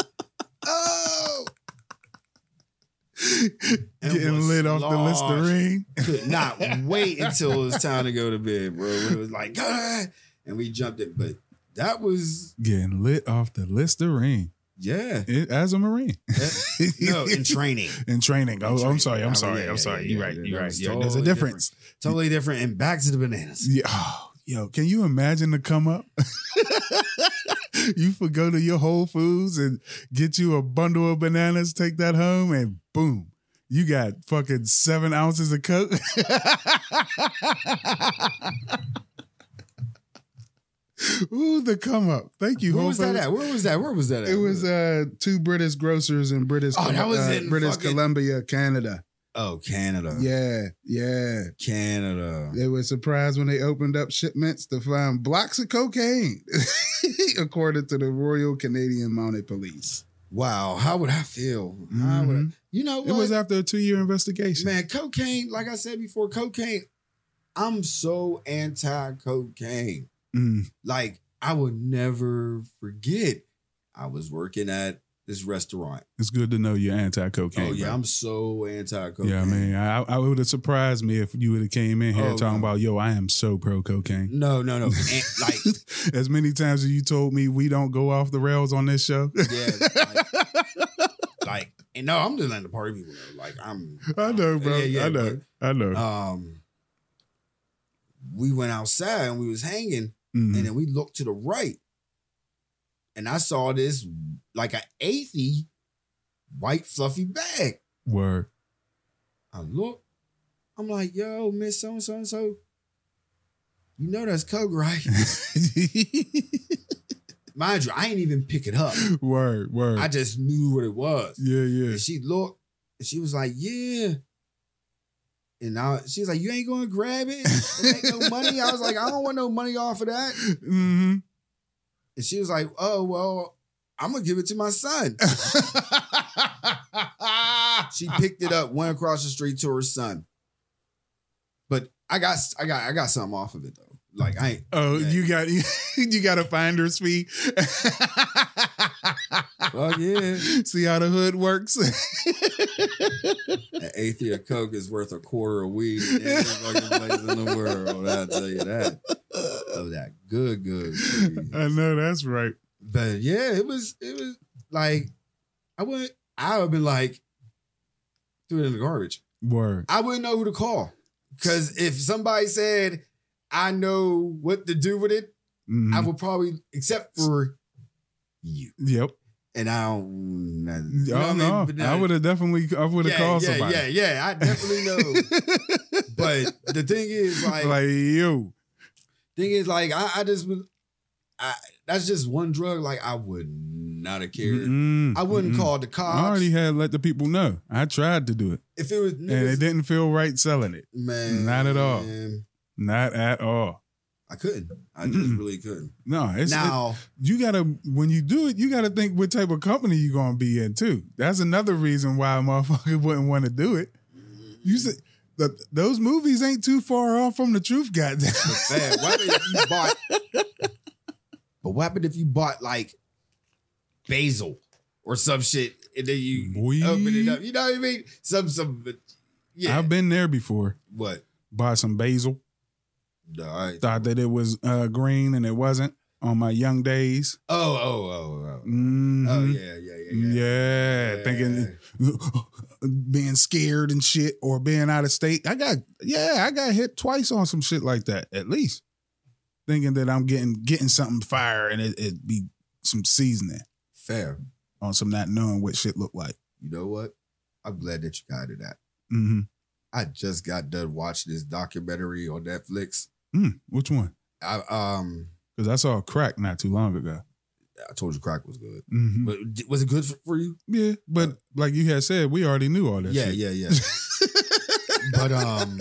[SPEAKER 3] oh, And
[SPEAKER 2] Getting
[SPEAKER 3] was
[SPEAKER 2] lit off the
[SPEAKER 3] lost.
[SPEAKER 2] Listerine.
[SPEAKER 3] [LAUGHS] could not wait until it was time to go to bed, bro. When it was like, God, and we jumped it. But that was,
[SPEAKER 2] Getting lit off the Listerine
[SPEAKER 3] yeah.
[SPEAKER 2] It- as a Marine. [LAUGHS]
[SPEAKER 3] No, in training.
[SPEAKER 2] In training. Oh, I'm
[SPEAKER 3] training.
[SPEAKER 2] sorry.
[SPEAKER 3] Oh,
[SPEAKER 2] I'm sorry.
[SPEAKER 3] yeah,
[SPEAKER 2] I'm
[SPEAKER 3] yeah,
[SPEAKER 2] sorry.
[SPEAKER 3] yeah,
[SPEAKER 2] You're
[SPEAKER 3] yeah,
[SPEAKER 2] right.
[SPEAKER 3] yeah.
[SPEAKER 2] You're
[SPEAKER 3] That
[SPEAKER 2] right.
[SPEAKER 3] was
[SPEAKER 2] Yeah, there's a
[SPEAKER 3] totally
[SPEAKER 2] difference.
[SPEAKER 3] Totally different. And back to the bananas.
[SPEAKER 2] Yeah. Oh, yo, can you imagine the come up? [LAUGHS] you could go to your Whole Foods and get you a bundle of bananas, take that home, and boom, you got fucking seven ounces of coke. [LAUGHS] Ooh, the come up. Thank you,
[SPEAKER 3] Where
[SPEAKER 2] Whole
[SPEAKER 3] was
[SPEAKER 2] Foods.
[SPEAKER 3] that at? Where was that? Where was that at?
[SPEAKER 2] It was uh, two British grocers in British
[SPEAKER 3] Oh, that was
[SPEAKER 2] uh,
[SPEAKER 3] in
[SPEAKER 2] British
[SPEAKER 3] fucking-
[SPEAKER 2] Columbia, Canada.
[SPEAKER 3] oh Canada.
[SPEAKER 2] Yeah, yeah.
[SPEAKER 3] Canada.
[SPEAKER 2] They were surprised when they opened up shipments to find blocks of cocaine, [LAUGHS] according to the Royal Canadian Mounted Police.
[SPEAKER 3] Wow. How would I feel? How would I-
[SPEAKER 2] Mhm.
[SPEAKER 3] you know
[SPEAKER 2] It
[SPEAKER 3] what?
[SPEAKER 2] was after a two-year investigation.
[SPEAKER 3] man, cocaine, like I said before, cocaine. I'm so anti-cocaine.
[SPEAKER 2] Mm.
[SPEAKER 3] Like, I will never forget. I was working at this restaurant.
[SPEAKER 2] It's good to know you're anti-cocaine.
[SPEAKER 3] oh yeah,
[SPEAKER 2] bro.
[SPEAKER 3] I'm so anti-cocaine.
[SPEAKER 2] yeah, man. I, I would have surprised me if you would have came in here
[SPEAKER 3] Oh,
[SPEAKER 2] talking
[SPEAKER 3] no.
[SPEAKER 2] about, yo, I am so pro cocaine.
[SPEAKER 3] No, no, no. An- like,
[SPEAKER 2] [LAUGHS] as many times as you told me we don't go off the rails on this show. [LAUGHS]
[SPEAKER 3] yeah, like, like, and no, I'm just letting the party people know. Like, I'm.
[SPEAKER 2] I know, bro.
[SPEAKER 3] Yeah, yeah,
[SPEAKER 2] I know. I know.
[SPEAKER 3] but, um, we went outside and we was hanging,
[SPEAKER 2] Mhm.
[SPEAKER 3] and then we looked to the right, and I saw this like an eighty white fluffy bag.
[SPEAKER 2] [LAUGHS] Word.
[SPEAKER 3] I look, I'm like, yo, Miss So and So and So, you know that's coke, right? [LAUGHS] Mind you, I ain't even pick it
[SPEAKER 2] [LAUGHS]
[SPEAKER 3] up.
[SPEAKER 2] word, word.
[SPEAKER 3] I just knew what it was.
[SPEAKER 2] yeah, yeah.
[SPEAKER 3] And she looked and she was like, Yeah. And I she was like, You ain't gonna grab it and make no money. I was like, I don't want no money off of that.
[SPEAKER 2] hmm
[SPEAKER 3] Mm-hmm. And she was like, Oh, well, I'm gonna give it to my son. she picked it up, went across the street to her son. But I got I got I got something off of it though. Like I ain't
[SPEAKER 2] [LAUGHS] Oh,
[SPEAKER 3] Yeah.
[SPEAKER 2] you got [LAUGHS] you got a finder's
[SPEAKER 3] [LAUGHS]
[SPEAKER 2] fee.
[SPEAKER 3] fuck yeah.
[SPEAKER 2] See how the hood works.
[SPEAKER 3] An eighth of coke is worth a quarter of weed in every fucking place in the world. I'll tell you that. Oh, that good, good. weed.
[SPEAKER 2] [LAUGHS] I know that's right.
[SPEAKER 3] But yeah, it was it was like I wouldn't I would be like threw it in the garbage.
[SPEAKER 2] Word.
[SPEAKER 3] I wouldn't know who to call. Cause if somebody said I know what to do with it,
[SPEAKER 2] Mhm.
[SPEAKER 3] I would probably except for you.
[SPEAKER 2] yep.
[SPEAKER 3] And I don't know.
[SPEAKER 2] Oh no, I would have definitely. I would
[SPEAKER 3] yeah,
[SPEAKER 2] have called
[SPEAKER 3] yeah,
[SPEAKER 2] somebody. [LAUGHS]
[SPEAKER 3] Yeah, yeah, I definitely know. but the thing
[SPEAKER 2] [LAUGHS]
[SPEAKER 3] is, like,
[SPEAKER 2] like you.
[SPEAKER 3] thing is, like, I, I just would. I that's just one drug. Like, I would not have cared. I wouldn't call the cops
[SPEAKER 2] I already had let the people know. I tried to do it,
[SPEAKER 3] if it was
[SPEAKER 2] and it
[SPEAKER 3] niggas.
[SPEAKER 2] didn't feel right selling it.
[SPEAKER 3] Man,
[SPEAKER 2] Not at all.
[SPEAKER 3] man,
[SPEAKER 2] Not at all.
[SPEAKER 3] I couldn't. I just
[SPEAKER 2] Mm-mm.
[SPEAKER 3] really couldn't.
[SPEAKER 2] No, it's it-
[SPEAKER 3] now,
[SPEAKER 2] you gotta when you do it, you gotta think what type of company you gonna be in too. That's another reason why a motherfucker [LAUGHS] wouldn't want to do it. You said the, those movies ain't too far off from the
[SPEAKER 3] [LAUGHS]
[SPEAKER 2] truth, goddamn.
[SPEAKER 3] man, what if you bought?
[SPEAKER 2] [LAUGHS]
[SPEAKER 3] But what happened if you bought like basil or some shit, and then you
[SPEAKER 2] Boy.
[SPEAKER 3] open it up? You know what I mean? Some some. Yeah.
[SPEAKER 2] I've been there before.
[SPEAKER 3] what?
[SPEAKER 2] Bought some basil,
[SPEAKER 3] No, I,
[SPEAKER 2] thought that it was uh, green and it wasn't. On my young days,
[SPEAKER 3] oh, oh, oh, oh.
[SPEAKER 2] Mhm.
[SPEAKER 3] Oh yeah, yeah, yeah, yeah.
[SPEAKER 2] Yeah, thinking [GASPS] being scared and shit or being out of state. I got yeah, I got hit twice on some shit like that at least. Thinking that I'm getting getting something fire and it it be some seasoning
[SPEAKER 3] fair.
[SPEAKER 2] on some not knowing what shit look like.
[SPEAKER 3] You know what? I'm glad that you got to that.
[SPEAKER 2] Mm-hmm.
[SPEAKER 3] I just got done watching this documentary on Netflix.
[SPEAKER 2] Mm, which one?
[SPEAKER 3] I um,
[SPEAKER 2] Because I saw a crack not too long ago.
[SPEAKER 3] I told you crack was good.
[SPEAKER 2] hmm
[SPEAKER 3] But was it good for, for you?
[SPEAKER 2] Yeah, but like you had said, we already knew all that.
[SPEAKER 3] yeah,
[SPEAKER 2] shit.
[SPEAKER 3] yeah,
[SPEAKER 2] [LAUGHS]
[SPEAKER 3] yeah. but um,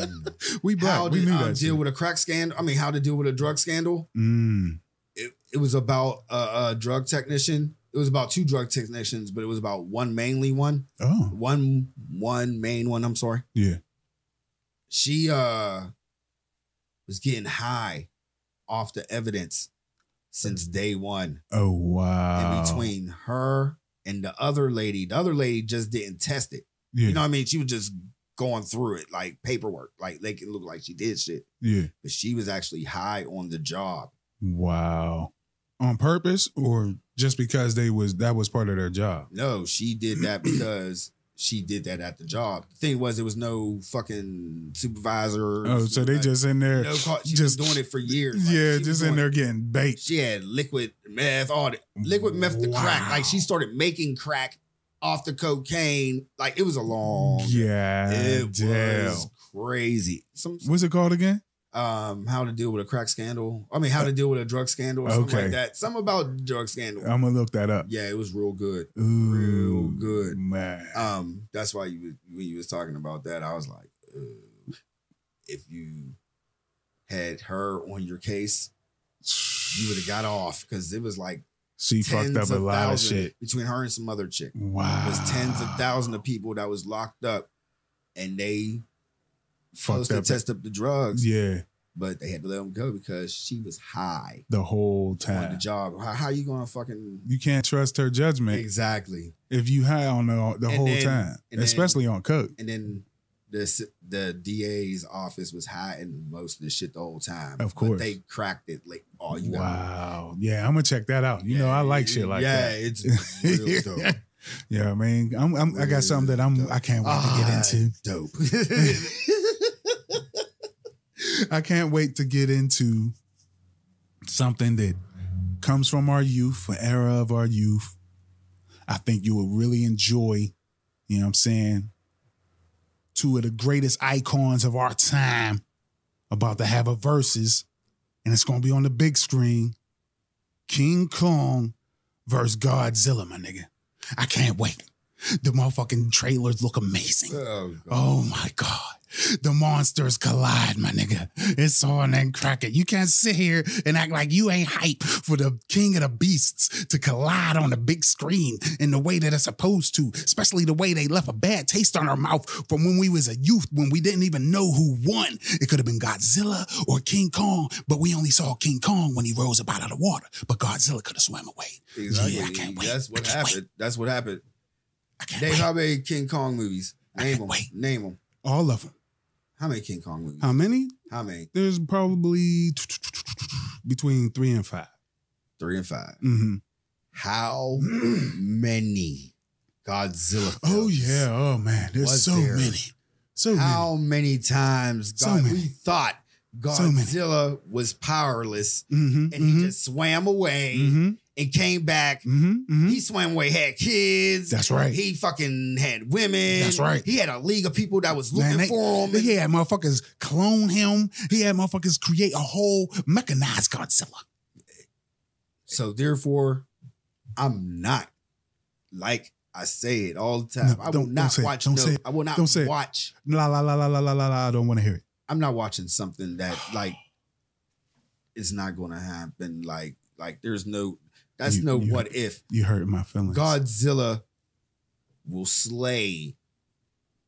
[SPEAKER 2] we black.
[SPEAKER 3] how
[SPEAKER 2] we
[SPEAKER 3] to
[SPEAKER 2] knew
[SPEAKER 3] uh, deal
[SPEAKER 2] that. shit.
[SPEAKER 3] with a crack scandal? I mean, how to deal with a drug scandal?
[SPEAKER 2] Mm,
[SPEAKER 3] It, it was about a, a drug technician. It was about two drug technicians, but it was about one mainly one.
[SPEAKER 2] Oh
[SPEAKER 3] one one main one i'm sorry
[SPEAKER 2] yeah.
[SPEAKER 3] she uh was getting high off the evidence since day one
[SPEAKER 2] Oh wow.
[SPEAKER 3] in between her and the other lady the other lady just didn't test it
[SPEAKER 2] Yeah.
[SPEAKER 3] you know what i mean she was just going through it like paperwork like make it look like she did shit
[SPEAKER 2] yeah.
[SPEAKER 3] but she was actually high on the job
[SPEAKER 2] Wow. On purpose or just because they was that was part of their job?
[SPEAKER 3] no she did
[SPEAKER 2] [CLEARS THROAT]
[SPEAKER 3] that because she did that at the job the thing was there was no fucking supervisor
[SPEAKER 2] Oh, so they
[SPEAKER 3] like,
[SPEAKER 2] just in there
[SPEAKER 3] no call. She's
[SPEAKER 2] just
[SPEAKER 3] been doing it for years. Like,
[SPEAKER 2] Yeah,
[SPEAKER 3] she was
[SPEAKER 2] just in
[SPEAKER 3] doing-
[SPEAKER 2] there getting baked.
[SPEAKER 3] She had liquid meth, all the liquid meth to crack.
[SPEAKER 2] Wow.
[SPEAKER 3] Like she started making crack off the cocaine. Like it was a long.
[SPEAKER 2] yeah.
[SPEAKER 3] it
[SPEAKER 2] damn.
[SPEAKER 3] was crazy. Some
[SPEAKER 2] What's it called again?
[SPEAKER 3] um, how to deal with a crack scandal. I mean, how to deal with a drug scandal or something
[SPEAKER 2] Okay.
[SPEAKER 3] like
[SPEAKER 2] Um,
[SPEAKER 3] that. Some about drug scandal.
[SPEAKER 2] I'm gonna look that up.
[SPEAKER 3] yeah, it was real good.
[SPEAKER 2] Ooh,
[SPEAKER 3] Real good.
[SPEAKER 2] Man.
[SPEAKER 3] Um, that's why you was- when you was talking about that, I was like, uh, if you had her on your case, you would have got off because it was like
[SPEAKER 2] [SIGHS] she
[SPEAKER 3] tens
[SPEAKER 2] fucked up
[SPEAKER 3] of
[SPEAKER 2] a lot of
[SPEAKER 3] thousands
[SPEAKER 2] shit. Ah.
[SPEAKER 3] between her and some other chick.
[SPEAKER 2] Wow.
[SPEAKER 3] It was tens of thousands of people that was locked up, and they supposed
[SPEAKER 2] fucked
[SPEAKER 3] to
[SPEAKER 2] up.
[SPEAKER 3] test up the drugs,
[SPEAKER 2] Yeah,
[SPEAKER 3] but they had to let them go because she was high
[SPEAKER 2] the whole
[SPEAKER 3] on the
[SPEAKER 2] time.
[SPEAKER 3] job. How, how you gonna fucking
[SPEAKER 2] You can't trust her judgment
[SPEAKER 3] exactly?
[SPEAKER 2] if you high on the, the
[SPEAKER 3] And
[SPEAKER 2] whole
[SPEAKER 3] then-
[SPEAKER 2] time,
[SPEAKER 3] and then-
[SPEAKER 2] especially on coke.
[SPEAKER 3] And then the s- the DA's office was hiding most of the shit the whole time. But
[SPEAKER 2] Of course.
[SPEAKER 3] they cracked it like all Oh, you. gotta-
[SPEAKER 2] Wow. Yeah, I'm gonna check that out. You know, I like shit like
[SPEAKER 3] yeah,
[SPEAKER 2] that. [LAUGHS]
[SPEAKER 3] it's real dope.
[SPEAKER 2] Yeah, I mean, I'm, I'm, I got something that I'm I can't wait
[SPEAKER 3] Ah,
[SPEAKER 2] to get into. [LAUGHS]
[SPEAKER 3] Dope. [LAUGHS]
[SPEAKER 2] I can't wait to get into something that comes from our youth, an era of our youth. I think you will really enjoy, you know what I'm saying, two of the greatest icons of our time about to have a versus, and it's going to be on the big screen King Kong versus Godzilla, my nigga. I can't wait. The motherfucking trailers look amazing.
[SPEAKER 3] Oh,
[SPEAKER 2] Oh my God. The monsters collide, my nigga. It's on and crack it. You can't sit here and act like you ain't hype for the king of the beasts to collide on the big screen in the way that it's supposed to, especially the way they left a bad taste on our mouth from when we was a youth when we didn't even know who won. It could have been Godzilla or King Kong, but we only saw King Kong when he rose up out of the water. But Godzilla could have swam away.
[SPEAKER 3] exactly.
[SPEAKER 2] Yeah, I can't wait.
[SPEAKER 3] That's
[SPEAKER 2] I
[SPEAKER 3] what
[SPEAKER 2] can't wait.
[SPEAKER 3] happened. That's what happened.
[SPEAKER 2] I can't
[SPEAKER 3] Dave,
[SPEAKER 2] wait.
[SPEAKER 3] how many King Kong movies?
[SPEAKER 2] I
[SPEAKER 3] Name
[SPEAKER 2] can't
[SPEAKER 3] them.
[SPEAKER 2] wait.
[SPEAKER 3] Name them.
[SPEAKER 2] All of them.
[SPEAKER 3] How many King Kong movies?
[SPEAKER 2] How many?
[SPEAKER 3] How many?
[SPEAKER 2] There's probably between three and 5
[SPEAKER 3] Three and five.
[SPEAKER 2] Mm-hmm.
[SPEAKER 3] How many Godzilla?
[SPEAKER 2] Mm. Oh
[SPEAKER 3] films?
[SPEAKER 2] yeah, oh man, there's
[SPEAKER 3] Was
[SPEAKER 2] so
[SPEAKER 3] there-
[SPEAKER 2] many, so
[SPEAKER 3] How many times
[SPEAKER 2] So
[SPEAKER 3] God,
[SPEAKER 2] many.
[SPEAKER 3] we thought
[SPEAKER 2] So many.
[SPEAKER 3] Godzilla was powerless
[SPEAKER 2] many. Mm-hmm,
[SPEAKER 3] and he just swam away and came back. He swam away, had kids.
[SPEAKER 2] Mm-hmm. That's right.
[SPEAKER 3] He fucking had women.
[SPEAKER 2] That's right.
[SPEAKER 3] He had a league of people that was looking
[SPEAKER 2] Man, they-
[SPEAKER 3] for him.
[SPEAKER 2] He had motherfuckers clone him. He had motherfuckers create a whole mechanized Godzilla.
[SPEAKER 3] So therefore, I'm not like I say it all the time.
[SPEAKER 2] No,
[SPEAKER 3] I will
[SPEAKER 2] don't- don't
[SPEAKER 3] not
[SPEAKER 2] say it.
[SPEAKER 3] watch.
[SPEAKER 2] Don't
[SPEAKER 3] no,
[SPEAKER 2] say it.
[SPEAKER 3] I will not
[SPEAKER 2] Don't say it.
[SPEAKER 3] watch.
[SPEAKER 2] La la la la la la la la. I don't want to hear it.
[SPEAKER 3] I'm not watching something that like is not going to happen. Like like there's no that's
[SPEAKER 2] You-
[SPEAKER 3] no
[SPEAKER 2] you-
[SPEAKER 3] what if
[SPEAKER 2] You hurt my feelings.
[SPEAKER 3] Godzilla will slay.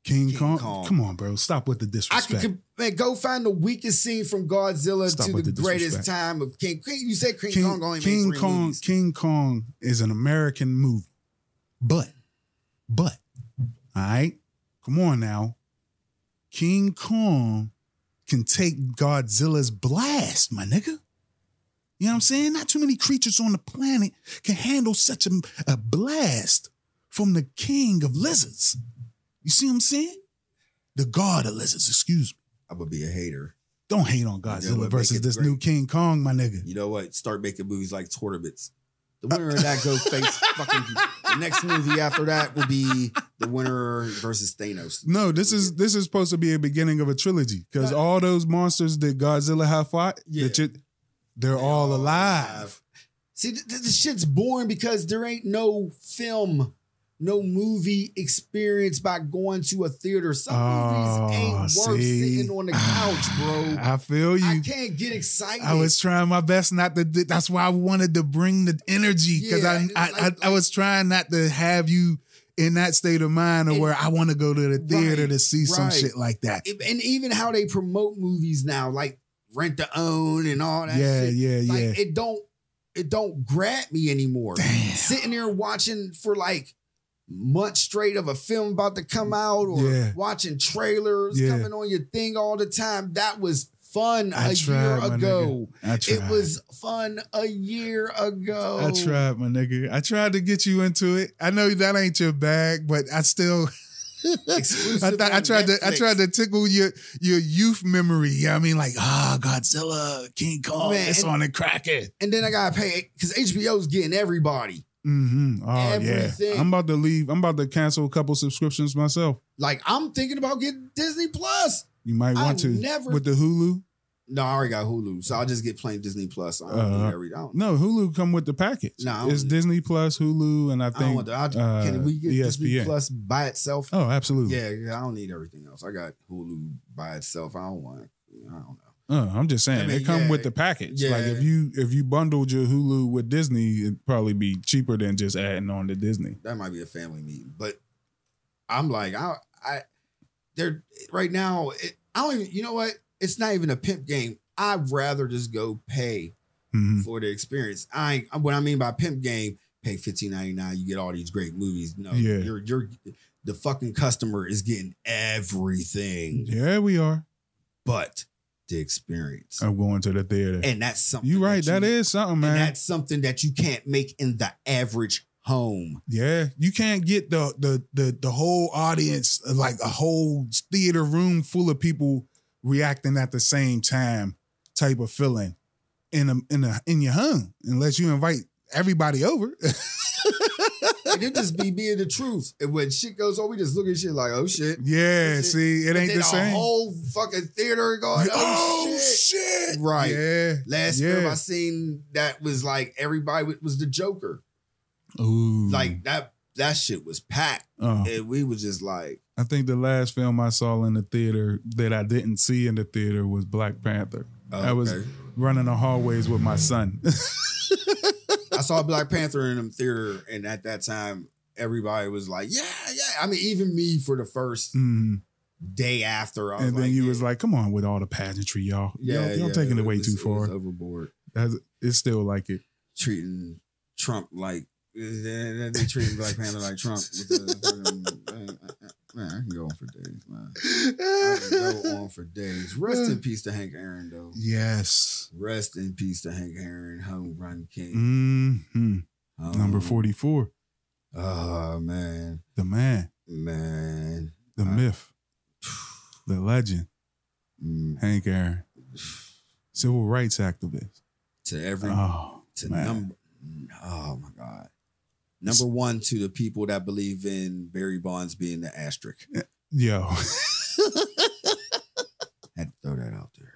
[SPEAKER 2] King,
[SPEAKER 3] King
[SPEAKER 2] Kong.
[SPEAKER 3] Kong.
[SPEAKER 2] Come on, bro. Stop with the
[SPEAKER 3] I could
[SPEAKER 2] disrespect.
[SPEAKER 3] could- man, go find the weakest scene from Godzilla
[SPEAKER 2] Stop
[SPEAKER 3] to
[SPEAKER 2] with
[SPEAKER 3] the,
[SPEAKER 2] the
[SPEAKER 3] greatest
[SPEAKER 2] disrespect.
[SPEAKER 3] time of King. King you said King,
[SPEAKER 2] King
[SPEAKER 3] Kong only made
[SPEAKER 2] King
[SPEAKER 3] three
[SPEAKER 2] Kong
[SPEAKER 3] movies.
[SPEAKER 2] King Kong is an American movie, but but all right, come on now, King Kong can take Godzilla's blast, my nigga. You know what I'm saying? Not too many creatures on the planet can handle such a, a blast from the king of lizards. You see what I'm saying? The god of lizards, excuse me.
[SPEAKER 3] I'm gonna be a hater.
[SPEAKER 2] Don't hate on
[SPEAKER 3] Yeah, well,
[SPEAKER 2] Godzilla
[SPEAKER 3] make
[SPEAKER 2] versus
[SPEAKER 3] it
[SPEAKER 2] this
[SPEAKER 3] great.
[SPEAKER 2] new King Kong, my nigga.
[SPEAKER 3] You know what? Start making movies like tournaments. The
[SPEAKER 2] Uh,
[SPEAKER 3] winner of
[SPEAKER 2] [LAUGHS]
[SPEAKER 3] that go face fucking the next movie after that will be the winner versus Thanos.
[SPEAKER 2] No, this is this is supposed to be a beginning of a trilogy because
[SPEAKER 3] No.
[SPEAKER 2] all those monsters that Godzilla have fought,
[SPEAKER 3] Yeah.
[SPEAKER 2] that you, they're all alive.
[SPEAKER 3] See, th- th- this shit's boring because there ain't no film, no movie experience by going to a theater. Some
[SPEAKER 2] Oh,
[SPEAKER 3] movies ain't worth
[SPEAKER 2] see?
[SPEAKER 3] sitting
[SPEAKER 2] [SIGHS]
[SPEAKER 3] on the couch, bro.
[SPEAKER 2] I feel
[SPEAKER 3] I
[SPEAKER 2] you.
[SPEAKER 3] can't get excited.
[SPEAKER 2] I, was trying my best not to. do- That's why I wanted to bring the energy because
[SPEAKER 3] Yeah, it's
[SPEAKER 2] I I,
[SPEAKER 3] like-
[SPEAKER 2] I I was trying not to have you in that state of mind of
[SPEAKER 3] It-
[SPEAKER 2] where I want to go to the theater
[SPEAKER 3] Right,
[SPEAKER 2] to see some
[SPEAKER 3] right.
[SPEAKER 2] shit like that.
[SPEAKER 3] It- and even how they promote movies now, like rent to own and all that.
[SPEAKER 2] Yeah,
[SPEAKER 3] shit.
[SPEAKER 2] yeah,
[SPEAKER 3] like
[SPEAKER 2] yeah.
[SPEAKER 3] it don't it don't grab me anymore.
[SPEAKER 2] Damn.
[SPEAKER 3] Sitting there watching for like months straight of a film about to come out or
[SPEAKER 2] Yeah.
[SPEAKER 3] watching trailers
[SPEAKER 2] Yeah.
[SPEAKER 3] coming on your thing all the time. That was fun
[SPEAKER 2] I
[SPEAKER 3] a
[SPEAKER 2] tried,
[SPEAKER 3] year
[SPEAKER 2] my
[SPEAKER 3] ago.
[SPEAKER 2] I tried.
[SPEAKER 3] It was fun a year ago.
[SPEAKER 2] I tried, my nigga. I tried to get you into it. I know that ain't your bag, but
[SPEAKER 3] [LAUGHS]
[SPEAKER 2] I still. I,
[SPEAKER 3] [LAUGHS] Exclusive
[SPEAKER 2] thought I
[SPEAKER 3] on
[SPEAKER 2] tried to I
[SPEAKER 3] Netflix.
[SPEAKER 2] tried to tickle your your youth memory. You know what I mean, like ah, Godzilla, King Kong,
[SPEAKER 3] Man,
[SPEAKER 2] it's
[SPEAKER 3] and-
[SPEAKER 2] on and cracking.
[SPEAKER 3] And then I gotta pay because HBO's getting everybody.
[SPEAKER 2] Mm-hmm. Oh
[SPEAKER 3] Everything.
[SPEAKER 2] yeah, I'm about to leave. I'm about to cancel a couple subscriptions myself.
[SPEAKER 3] Like I'm thinking about getting Disney Plus.
[SPEAKER 2] You might
[SPEAKER 3] I
[SPEAKER 2] want to
[SPEAKER 3] never-
[SPEAKER 2] with the Hulu.
[SPEAKER 3] No, I already got Hulu, so I'll just get plain Disney Plus. I don't
[SPEAKER 2] Uh,
[SPEAKER 3] need every. I don't,
[SPEAKER 2] No, Hulu come with the package.
[SPEAKER 3] No, I don't-
[SPEAKER 2] it's Disney Plus, Hulu, and I
[SPEAKER 3] I don't
[SPEAKER 2] think
[SPEAKER 3] want that. I,
[SPEAKER 2] uh,
[SPEAKER 3] can we get Disney
[SPEAKER 2] ESPN.
[SPEAKER 3] Plus by itself?
[SPEAKER 2] oh, absolutely.
[SPEAKER 3] Yeah, yeah, I don't need everything else. I got Hulu by itself. I don't want. I don't know.
[SPEAKER 2] Uh, I'm just saying
[SPEAKER 3] I
[SPEAKER 2] they
[SPEAKER 3] mean,
[SPEAKER 2] come
[SPEAKER 3] yeah.
[SPEAKER 2] with the package. Like
[SPEAKER 3] Yeah.
[SPEAKER 2] if you if you bundled your Hulu with Disney, it'd probably be cheaper than just adding on to Disney.
[SPEAKER 3] That might be a family meeting, but I'm like, I, I, they're right now. It, I don't even. You know what? It's not even a pimp game. I'd rather just go pay
[SPEAKER 2] Mhm.
[SPEAKER 3] for the experience. I ain't, what I mean by pimp game, pay fifteen ninety nine, you get all these great movies. No,
[SPEAKER 2] Yeah.
[SPEAKER 3] you're you're the fucking customer is getting everything,
[SPEAKER 2] Yeah, we are.
[SPEAKER 3] but the experience,
[SPEAKER 2] I'm going to the theater.
[SPEAKER 3] and that's something.
[SPEAKER 2] Oh, You right.
[SPEAKER 3] that
[SPEAKER 2] That
[SPEAKER 3] you-
[SPEAKER 2] is something,
[SPEAKER 3] and
[SPEAKER 2] man.
[SPEAKER 3] that's something that you can't make in the average home.
[SPEAKER 2] Yeah, you can't get the the the the whole audience, like a whole theater room full of people reacting at the same time, type of feeling in a in a in your home, unless you invite everybody over. [LAUGHS]
[SPEAKER 3] And it just be being the truth. And when shit goes on, we just look at shit like, oh shit.
[SPEAKER 2] yeah,
[SPEAKER 3] That's it.
[SPEAKER 2] see, it ain't
[SPEAKER 3] Then
[SPEAKER 2] the same.
[SPEAKER 3] whole fucking theater going,
[SPEAKER 2] Like,
[SPEAKER 3] oh,
[SPEAKER 2] oh
[SPEAKER 3] shit.
[SPEAKER 2] shit.
[SPEAKER 3] Right.
[SPEAKER 2] Yeah.
[SPEAKER 3] Last
[SPEAKER 2] Yeah.
[SPEAKER 3] film I seen that was like everybody was the Joker.
[SPEAKER 2] Ooh.
[SPEAKER 3] like that that shit was packed.
[SPEAKER 2] Mm. Oh,
[SPEAKER 3] And we was just like,
[SPEAKER 2] I think the last film I saw in the theater that I didn't see in the theater was Black Panther.
[SPEAKER 3] oh,
[SPEAKER 2] I was
[SPEAKER 3] okay.
[SPEAKER 2] running the hallways with my son. [LAUGHS]
[SPEAKER 3] I saw Black Panther in the theater, and at that time, everybody was like, "Yeah, yeah." I mean, even me for the first
[SPEAKER 2] Mm.
[SPEAKER 3] day after, I was
[SPEAKER 2] And then
[SPEAKER 3] like,
[SPEAKER 2] you
[SPEAKER 3] yeah,
[SPEAKER 2] was like, "Come on with all the pageantry, y'all.
[SPEAKER 3] "Yeah,
[SPEAKER 2] y'all, y'all
[SPEAKER 3] yeah,
[SPEAKER 2] taking it way
[SPEAKER 3] was-
[SPEAKER 2] too
[SPEAKER 3] was
[SPEAKER 2] far."
[SPEAKER 3] overboard,
[SPEAKER 2] That's, it's still
[SPEAKER 3] [LAUGHS]
[SPEAKER 2] like it.
[SPEAKER 3] treating Trump like." eh, They, they treating Black Panther like Trump. With the, fucking- man, I can go on for days, man. I can go on for days. Rest in peace to Hank Aaron, though.
[SPEAKER 2] yes.
[SPEAKER 3] Rest in peace to Hank Aaron, Home Run King.
[SPEAKER 2] hmm
[SPEAKER 3] Um,
[SPEAKER 2] Number forty-four,
[SPEAKER 3] Oh man,
[SPEAKER 2] the man,
[SPEAKER 3] man.
[SPEAKER 2] the
[SPEAKER 3] I-
[SPEAKER 2] myth, the legend,
[SPEAKER 3] Mm,
[SPEAKER 2] Hank
[SPEAKER 3] [SIGHS]
[SPEAKER 2] Aaron, civil rights activist.
[SPEAKER 3] To every
[SPEAKER 2] Oh
[SPEAKER 3] to
[SPEAKER 2] man.
[SPEAKER 3] number oh my god number one to the people that believe in barry bonds being the asterisk [LAUGHS]
[SPEAKER 2] yo,
[SPEAKER 3] had to throw that out there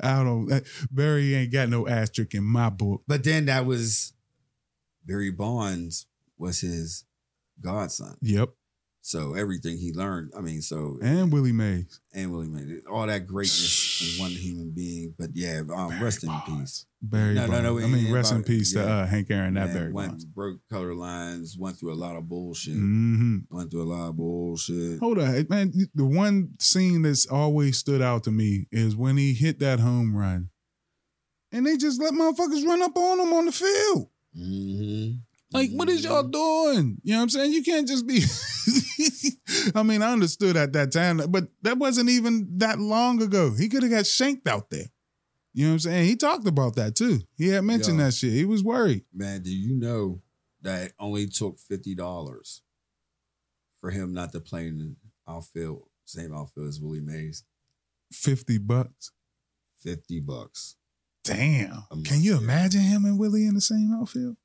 [SPEAKER 2] I don't. that- Barry ain't got no asterisk in my book.
[SPEAKER 3] but then that was barry bonds was his godson
[SPEAKER 2] Yep,
[SPEAKER 3] so everything he learned i mean so
[SPEAKER 2] and Willie Mays.
[SPEAKER 3] and willie made it all that greatness in one human being but yeah um, rest in
[SPEAKER 2] Barry
[SPEAKER 3] peace
[SPEAKER 2] Bonds. Barry.
[SPEAKER 3] No, no,
[SPEAKER 2] Bonds.
[SPEAKER 3] no,
[SPEAKER 2] I
[SPEAKER 3] it
[SPEAKER 2] mean,
[SPEAKER 3] ain't
[SPEAKER 2] rest in
[SPEAKER 3] about-
[SPEAKER 2] peace to
[SPEAKER 3] yeah.
[SPEAKER 2] uh, Hank Aaron, not
[SPEAKER 3] Man,
[SPEAKER 2] Barry.
[SPEAKER 3] went,
[SPEAKER 2] Bonds.
[SPEAKER 3] broke color lines went through a lot of bullshit
[SPEAKER 2] hmm
[SPEAKER 3] went through a lot of bullshit
[SPEAKER 2] Hold on, man. The one scene that's always stood out to me is when he hit that home run, and they just let motherfuckers run up on him on the field.
[SPEAKER 3] mm-hmm.
[SPEAKER 2] Like, what is y'all doing? You know what I'm saying? You can't just be. [LAUGHS] I mean, I understood at that time, but that wasn't even that long ago. He could have got shanked out there. You know what I'm saying? He talked about that too. He had mentioned
[SPEAKER 3] Yeah.
[SPEAKER 2] that shit. He was worried.
[SPEAKER 3] Man, do you know that it only took fifty dollars for him not to play in the outfield, same outfield as Willie Mays?
[SPEAKER 2] 50 bucks.
[SPEAKER 3] Fifty bucks.
[SPEAKER 2] Damn.
[SPEAKER 3] I'm
[SPEAKER 2] Can you
[SPEAKER 3] like, yeah.
[SPEAKER 2] imagine him and Willie in the same outfield?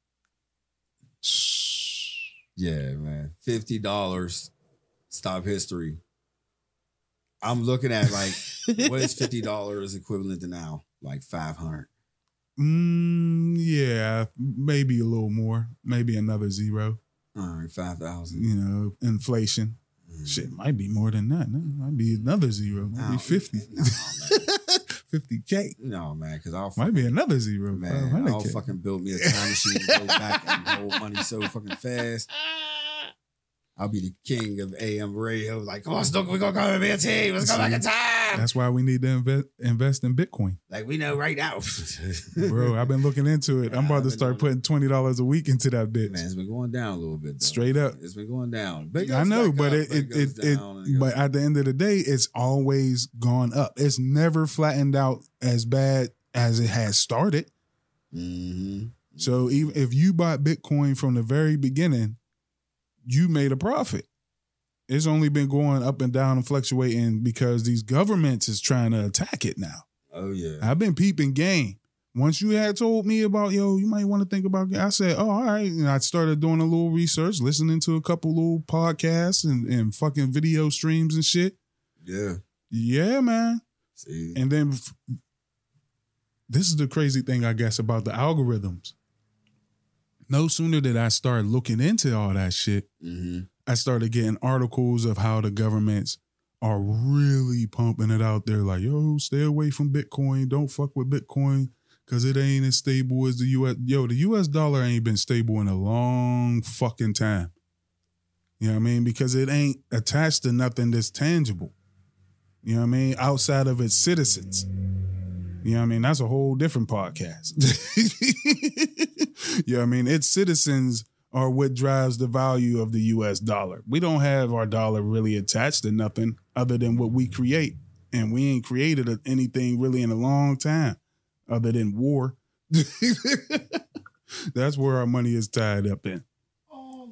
[SPEAKER 3] Yeah, man. Fifty dollars. Stop history. I'm looking at
[SPEAKER 2] [LAUGHS]
[SPEAKER 3] like what is fifty dollars equivalent to now? Like five hundred.
[SPEAKER 2] Mm, yeah, maybe a little more, maybe another zero.
[SPEAKER 3] All right, five thousand. Mm.
[SPEAKER 2] You know, inflation. Mm. Shit, might be more than that. No, might be another zero.
[SPEAKER 3] Oh,
[SPEAKER 2] Might be [LAUGHS] 50.
[SPEAKER 3] No, man. [LAUGHS]
[SPEAKER 2] 50K.
[SPEAKER 3] No, man, because I'll
[SPEAKER 2] Might be another zero.
[SPEAKER 3] Man, I'll
[SPEAKER 2] 500K.
[SPEAKER 3] fucking build me a time machine and go back and hold money so fucking fast. I'll be the king of AM radio. Like, come on, Snook, we're gonna go and be a team. Let's go back in time.
[SPEAKER 2] That's why we need to invest, invest in Bitcoin.
[SPEAKER 3] Like we know right now.
[SPEAKER 2] Bro, I've been looking into it. I'm about
[SPEAKER 3] [LAUGHS]
[SPEAKER 2] to start putting $20 a week into
[SPEAKER 3] Man,
[SPEAKER 2] that bitch.
[SPEAKER 3] it's been going down a little bit. Though.
[SPEAKER 2] Straight up.
[SPEAKER 3] It's been going down. But it
[SPEAKER 2] I
[SPEAKER 3] goes
[SPEAKER 2] know,
[SPEAKER 3] back
[SPEAKER 2] but
[SPEAKER 3] up,
[SPEAKER 2] it,
[SPEAKER 3] but
[SPEAKER 2] it, it,
[SPEAKER 3] goes
[SPEAKER 2] it,
[SPEAKER 3] down and goes
[SPEAKER 2] but at the end of the day, it's always gone up. It's never flattened out as bad as it has started.
[SPEAKER 3] Mhm.
[SPEAKER 2] So even if you bought Bitcoin from the very beginning, you made a profit. It's only been going up and down and fluctuating because these governments is trying to attack it now.
[SPEAKER 3] Oh yeah.
[SPEAKER 2] I've been peeping game. Once you had told me about yo, you might want to think about. I said, oh, all right. And I started doing a little research, listening to a couple little podcasts and, and fucking video streams and shit.
[SPEAKER 3] Yeah.
[SPEAKER 2] Yeah, man.
[SPEAKER 3] See.
[SPEAKER 2] And then f- this is the crazy thing, I guess, about the algorithms. No sooner did I start looking into all that shit,
[SPEAKER 3] hmm
[SPEAKER 2] I started getting articles of how the governments are really pumping it out there like, yo, stay away from Bitcoin. Don't fuck with Bitcoin because it ain't as stable as the US. Yo, the US dollar ain't been stable in a long fucking time. You know what I mean? Because it ain't attached to nothing that's tangible. You know what I mean? Outside of its citizens. You know what I mean? That's a whole different podcast. [LAUGHS] you know what I mean? Its citizens are what drives the value of the US dollar. We don't have our dollar really attached to nothing other than what we create. And we ain't created a- anything really in a long time other than war. [LAUGHS] That's where our money is tied up in. All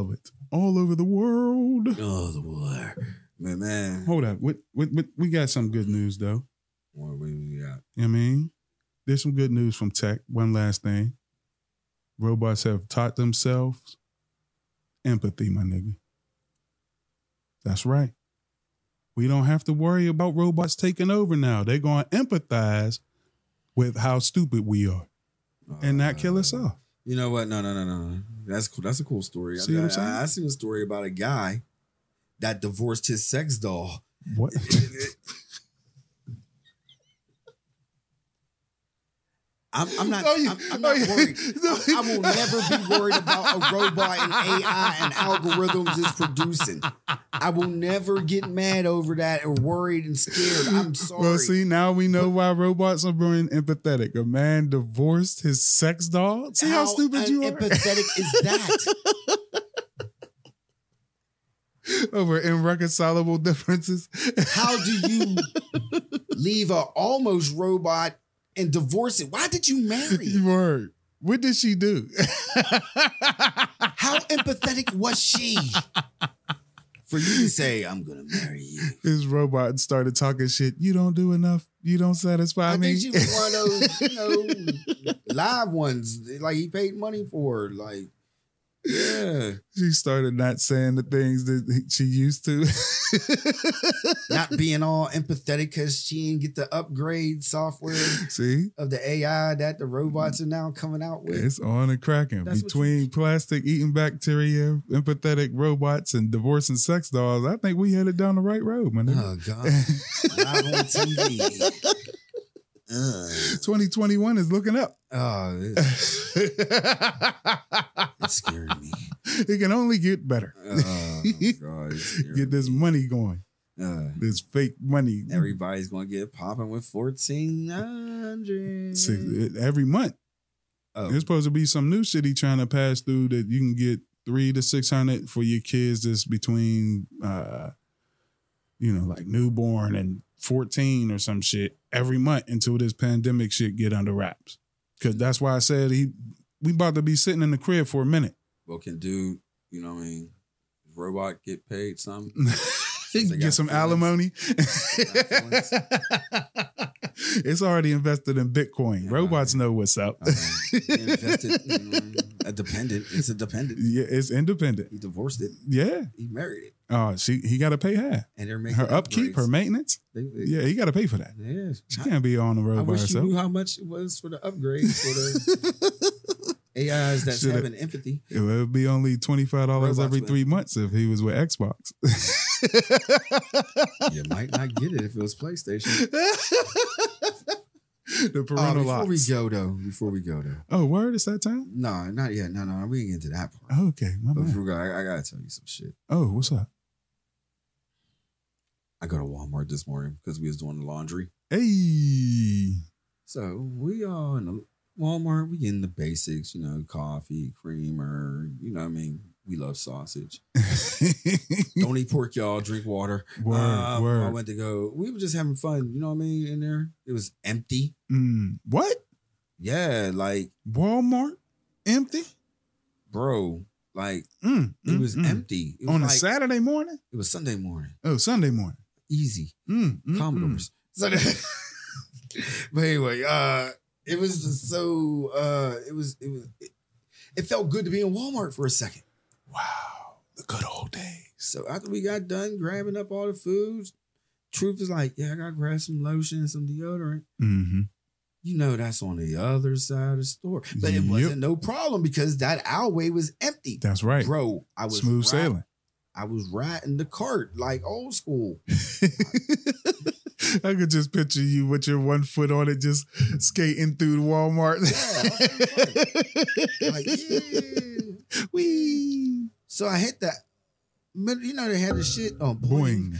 [SPEAKER 2] of it. All over the world.
[SPEAKER 3] Oh the war. Man, man.
[SPEAKER 2] Hold up. What, what, what, we got some good news, though.
[SPEAKER 3] What we got?
[SPEAKER 2] You know what I mean, there's some good news from tech. One last thing. Robots have taught themselves empathy, my nigga. That's right. We don't have to worry about robots taking over now. They're going to empathize with how stupid we are and not kill us
[SPEAKER 3] Uh,
[SPEAKER 2] off.
[SPEAKER 3] You know what? No, no, no, no. That's cool. That's a cool story.
[SPEAKER 2] See what I'm saying?
[SPEAKER 3] I, I seen a story about a guy that divorced his sex doll. [LAUGHS]
[SPEAKER 2] What?
[SPEAKER 3] I'm, I'm not.
[SPEAKER 2] Oh, you-
[SPEAKER 3] I'm, I'm
[SPEAKER 2] [LAUGHS] oh,
[SPEAKER 3] not
[SPEAKER 2] you-
[SPEAKER 3] worried.
[SPEAKER 2] no,
[SPEAKER 3] I
[SPEAKER 2] [LAUGHS]
[SPEAKER 3] will never be worried about a robot and AI and algorithms it's producing. I will never get mad over that or worried and scared. I'm sorry.
[SPEAKER 2] Well, see, now we know why robots are being empathetic. A man divorced his sex doll. See how, stupid you are
[SPEAKER 3] Empathetic is that?
[SPEAKER 2] over irreconcilable [LAUGHS] differences.
[SPEAKER 3] How do you leave a almost robot and divorce it? Why did you marry? it?
[SPEAKER 2] You were. What did she do? [LAUGHS]
[SPEAKER 3] How empathetic was she? For you to say, I'm gonna marry you.
[SPEAKER 2] His robot started talking shit. You don't do enough. You don't satisfy
[SPEAKER 3] I,
[SPEAKER 2] me.
[SPEAKER 3] think she was one of those, you know, [LAUGHS] live ones. Like he paid money for. Like, yeah.
[SPEAKER 2] [LAUGHS] she started not saying the things that [LAUGHS] she used to.
[SPEAKER 3] Not being all empathetic because she didn't get the upgrade software
[SPEAKER 2] See,
[SPEAKER 3] of the AI that the robots are now coming out with.
[SPEAKER 2] it's on and cracking
[SPEAKER 3] That's what
[SPEAKER 2] between plastic eating bacteria, empathetic robots, and divorcing sex dolls. I think we headed down the right road, man.
[SPEAKER 3] Oh God. live on [LAUGHS] TV. Ugh.
[SPEAKER 2] 2021 is looking up.
[SPEAKER 3] Oh,
[SPEAKER 2] [LAUGHS]
[SPEAKER 3] it, it scared me.
[SPEAKER 2] it can only get better.
[SPEAKER 3] Oh, [LAUGHS] God, it scared
[SPEAKER 2] Get this
[SPEAKER 3] me.
[SPEAKER 2] money going.
[SPEAKER 3] Ugh.
[SPEAKER 2] This fake money.
[SPEAKER 3] Everybody's gonna get popping with fourteen hundred. Oh,
[SPEAKER 2] Six- every month. There's supposed to be some new shit he trying to pass through that you can get three to six hundred for your kids that's between uh you know, like newborn and fourteen or some shit every month until this pandemic shit get under wraps. Cause that's why I said he we about to be sitting in the crib for
[SPEAKER 3] [LAUGHS]
[SPEAKER 2] a minute.
[SPEAKER 3] Well, can do you know what I mean? Robot get paid
[SPEAKER 2] [LAUGHS]
[SPEAKER 3] something.
[SPEAKER 2] Get
[SPEAKER 3] got
[SPEAKER 2] some
[SPEAKER 3] feelings.
[SPEAKER 2] alimony. [LAUGHS]
[SPEAKER 3] feelings.
[SPEAKER 2] it's already invested in Bitcoin.
[SPEAKER 3] Yeah.
[SPEAKER 2] Robots know what's up.
[SPEAKER 3] Uh, invested, you know, what I mean? a dependent. It's a dependent.
[SPEAKER 2] yeah, it's independent.
[SPEAKER 3] He divorced it.
[SPEAKER 2] Yeah.
[SPEAKER 3] He married it,
[SPEAKER 2] Oh, she he got to pay half.
[SPEAKER 3] and they're making
[SPEAKER 2] Her upkeep, her
[SPEAKER 3] upgrades.
[SPEAKER 2] maintenance.
[SPEAKER 3] They- they-
[SPEAKER 2] Yeah, he got to pay for that.
[SPEAKER 3] yeah.
[SPEAKER 2] She
[SPEAKER 3] I-
[SPEAKER 2] can't be on the
[SPEAKER 3] I,
[SPEAKER 2] road by
[SPEAKER 3] wish you
[SPEAKER 2] herself.
[SPEAKER 3] knew how much it was for the upgrades for the
[SPEAKER 2] [LAUGHS]
[SPEAKER 3] AIs that's
[SPEAKER 2] Should've-
[SPEAKER 3] having empathy.
[SPEAKER 2] It would be only twenty five dollars
[SPEAKER 3] Robots
[SPEAKER 2] every
[SPEAKER 3] would.
[SPEAKER 2] three months if he was with Xbox. [LAUGHS]
[SPEAKER 3] You might not get it if it was PlayStation.
[SPEAKER 2] the
[SPEAKER 3] Uh,
[SPEAKER 2] [LAUGHS] parental
[SPEAKER 3] before we
[SPEAKER 2] locks.
[SPEAKER 3] go though, before we go though,
[SPEAKER 2] Oh, word! It's that time.
[SPEAKER 3] no, not yet. No, no, we ain't get to that part.
[SPEAKER 2] Okay, my
[SPEAKER 3] But
[SPEAKER 2] Oh, man.
[SPEAKER 3] Frugal, I, I gotta tell you some shit.
[SPEAKER 2] Oh, what's up?
[SPEAKER 3] I go to Walmart this morning because we was doing the laundry.
[SPEAKER 2] Hey, [LAUGHS]
[SPEAKER 3] So we all in the Walmart. We in the basics, you know, coffee, creamer. You know, what I mean, we love
[SPEAKER 2] [LAUGHS]
[SPEAKER 3] sausage. Don't eat pork, y'all. Drink water.
[SPEAKER 2] word,
[SPEAKER 3] Uh, I
[SPEAKER 2] word.
[SPEAKER 3] went to go. We were just having fun. You know what I mean? In there, it was empty.
[SPEAKER 2] Mm, what?
[SPEAKER 3] Yeah, like
[SPEAKER 2] Walmart empty?
[SPEAKER 3] bro, like
[SPEAKER 2] Mm,
[SPEAKER 3] it
[SPEAKER 2] mm,
[SPEAKER 3] was
[SPEAKER 2] mm.
[SPEAKER 3] empty. It was
[SPEAKER 2] on a
[SPEAKER 3] like-
[SPEAKER 2] Saturday morning.
[SPEAKER 3] It was Sunday morning.
[SPEAKER 2] Oh, Sunday morning.
[SPEAKER 3] Easy.
[SPEAKER 2] Mm, mm, mm.
[SPEAKER 3] Commodores. Mm-hmm. So [LAUGHS] but anyway, uh, it was just so uh, it was it was it, it felt good to be in Walmart for a second.
[SPEAKER 2] Wow, the good old days.
[SPEAKER 3] So after we got done grabbing up all the foods, Truth was like, "Yeah, I gotta grab some lotion and some deodorant."
[SPEAKER 2] Mm-hmm.
[SPEAKER 3] You know that's on the other side of the store, but it
[SPEAKER 2] Yep.
[SPEAKER 3] wasn't no problem because that alleyway was empty,
[SPEAKER 2] That's right.
[SPEAKER 3] bro. I was
[SPEAKER 2] Smooth
[SPEAKER 3] ri-
[SPEAKER 2] sailing.
[SPEAKER 3] I was riding the cart like old school.
[SPEAKER 2] I could just picture you with your one foot on it, just skating through Walmart. [LAUGHS]
[SPEAKER 3] Like, yeah.
[SPEAKER 2] Whee!
[SPEAKER 3] So I hit that. But you know they had the shit on boing.
[SPEAKER 2] Boing.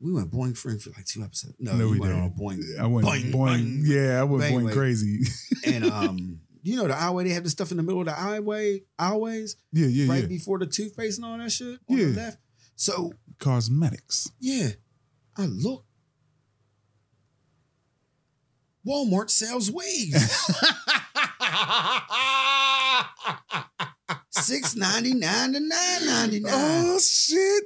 [SPEAKER 3] We went boing free for like two episodes. No,
[SPEAKER 2] No,
[SPEAKER 3] we
[SPEAKER 2] we
[SPEAKER 3] went on
[SPEAKER 2] didn't.
[SPEAKER 3] boing.
[SPEAKER 2] I went
[SPEAKER 3] Boing,
[SPEAKER 2] boing.
[SPEAKER 3] boing.
[SPEAKER 2] Yeah, I went
[SPEAKER 3] But
[SPEAKER 2] boing
[SPEAKER 3] anyway.
[SPEAKER 2] crazy. [LAUGHS]
[SPEAKER 3] [LAUGHS] and um, you know the highway. They had the stuff in the middle of the highway, always
[SPEAKER 2] yeah, yeah,
[SPEAKER 3] right
[SPEAKER 2] yeah.
[SPEAKER 3] before the toothpaste and all that shit on the
[SPEAKER 2] Yeah.
[SPEAKER 3] left. So
[SPEAKER 2] Cosmetics.
[SPEAKER 3] yeah, I look. Walmart sells
[SPEAKER 2] [LAUGHS]
[SPEAKER 3] wigs. Six ninety nine to nine ninety nine.
[SPEAKER 2] Oh shit!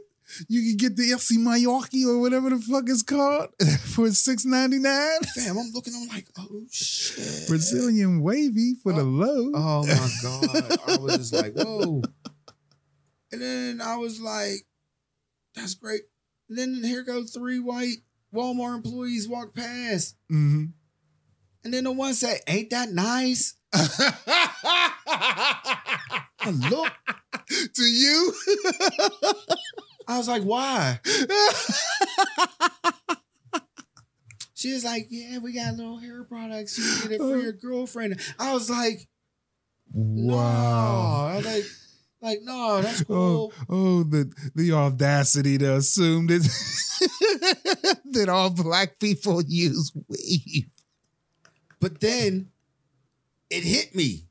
[SPEAKER 2] You can get the FC Milwaukee or whatever the fuck it's called [LAUGHS] for six ninety nine.
[SPEAKER 3] Fam, I'm looking. I'm like, oh shit.
[SPEAKER 2] Brazilian wavy for the low.
[SPEAKER 3] Oh my god! I was just like, whoa. And then I was like, that's great. And then here go three white Walmart employees walk past,
[SPEAKER 2] hmm
[SPEAKER 3] [LAUGHS] and then the one said, "Ain't that nice?" I looked.
[SPEAKER 2] [LAUGHS] to you?
[SPEAKER 3] I was like, why? She was like, yeah, we got little hair products. You can get it for your girlfriend. I was like, no. I was like, like, no, that's cool.
[SPEAKER 2] Oh, oh, the the audacity to assume that [LAUGHS] that all black people use weed.
[SPEAKER 3] But then it hit me.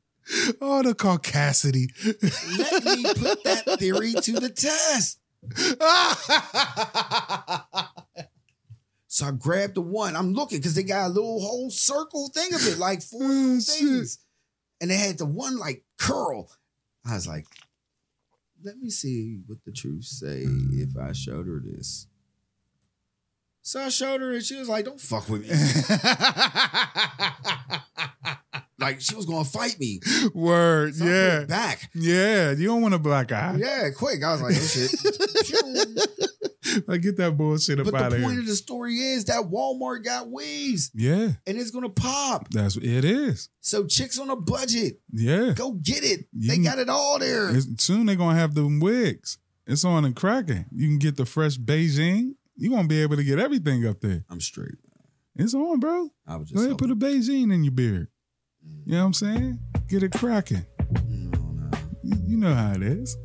[SPEAKER 2] Oh, the caucasity.
[SPEAKER 3] Let me put that theory to the test. So I grabbed the one. I'm looking because they got a little whole circle thing of it, like four
[SPEAKER 2] Oh, shit.
[SPEAKER 3] things. And they had the one like curl. I was like, let me see what the truth say if I showed her this. So I showed her and she was like, don't fuck with me. [LAUGHS] like she was gonna fight me.
[SPEAKER 2] Word,
[SPEAKER 3] So I put
[SPEAKER 2] yeah.
[SPEAKER 3] it back.
[SPEAKER 2] Yeah, you don't want a black eye.
[SPEAKER 3] Yeah, quick. I was like, oh
[SPEAKER 2] [LAUGHS]
[SPEAKER 3] shit.
[SPEAKER 2] Like get that bullshit
[SPEAKER 3] but
[SPEAKER 2] up out
[SPEAKER 3] the
[SPEAKER 2] of
[SPEAKER 3] point
[SPEAKER 2] here.
[SPEAKER 3] of the story is that Walmart got waves
[SPEAKER 2] Yeah,
[SPEAKER 3] and it's gonna pop.
[SPEAKER 2] that's what it is.
[SPEAKER 3] So chicks on a budget,
[SPEAKER 2] Yeah.
[SPEAKER 3] go get it.
[SPEAKER 2] You
[SPEAKER 3] They
[SPEAKER 2] can-
[SPEAKER 3] got it all there.
[SPEAKER 2] It's- soon they're gonna have them wigs. It's on and cracking. You can get the fresh Beijing. You're gonna be able to get everything up there.
[SPEAKER 3] I'm straight.
[SPEAKER 2] It's on, bro.
[SPEAKER 3] I was just
[SPEAKER 2] Go
[SPEAKER 3] Mm.
[SPEAKER 2] ahead, put a Beijing in your beard. You know what I'm saying? Get it cracking. You you know how it is.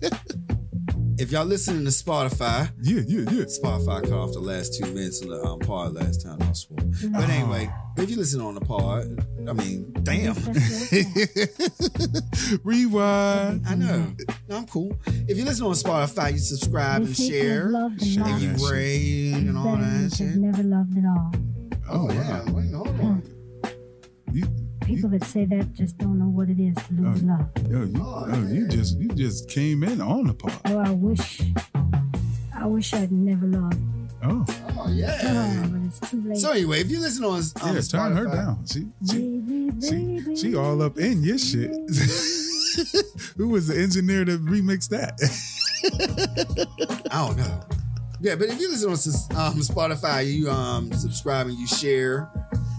[SPEAKER 2] [LAUGHS]
[SPEAKER 3] If y'all listening to Spotify,
[SPEAKER 2] Yeah, yeah, yeah.
[SPEAKER 3] Spotify cut off the last two minutes of the um, pod last time I swore. But
[SPEAKER 2] Ah.
[SPEAKER 3] anyway, if you listen on the pod, I mean, damn. [LAUGHS]
[SPEAKER 2] Rewind.
[SPEAKER 3] I know. No, I'm cool. If you listen on Spotify, you subscribe and
[SPEAKER 5] If you could
[SPEAKER 3] share.
[SPEAKER 5] love
[SPEAKER 2] Share
[SPEAKER 3] And
[SPEAKER 5] and love,
[SPEAKER 3] you
[SPEAKER 2] that shit.
[SPEAKER 3] rate and all
[SPEAKER 5] then you
[SPEAKER 3] that
[SPEAKER 5] should
[SPEAKER 3] shit.
[SPEAKER 5] never loved at all.
[SPEAKER 3] Oh, yeah. Wait, hold on.
[SPEAKER 2] You,
[SPEAKER 5] People that say that just don't know what it is to lose
[SPEAKER 2] Oh.
[SPEAKER 5] love.
[SPEAKER 2] yo, you, yo, you just you just came in on the pod.
[SPEAKER 5] Oh, I wish, I wish I'd never loved.
[SPEAKER 2] Oh,
[SPEAKER 3] Oh,
[SPEAKER 5] Oh,
[SPEAKER 3] yeah.
[SPEAKER 5] but it's too late.
[SPEAKER 3] So anyway, if you listen on, on
[SPEAKER 2] yeah, turn her
[SPEAKER 3] Spotify-
[SPEAKER 2] down. She she
[SPEAKER 5] baby,
[SPEAKER 2] she,
[SPEAKER 5] baby.
[SPEAKER 2] she all
[SPEAKER 5] [LAUGHS]
[SPEAKER 2] up in your shit. [LAUGHS] Who was the engineer that remixed that? [LAUGHS]
[SPEAKER 3] I don't know. Yeah, but if you listen on sus- um, Spotify, you um subscribe and you share.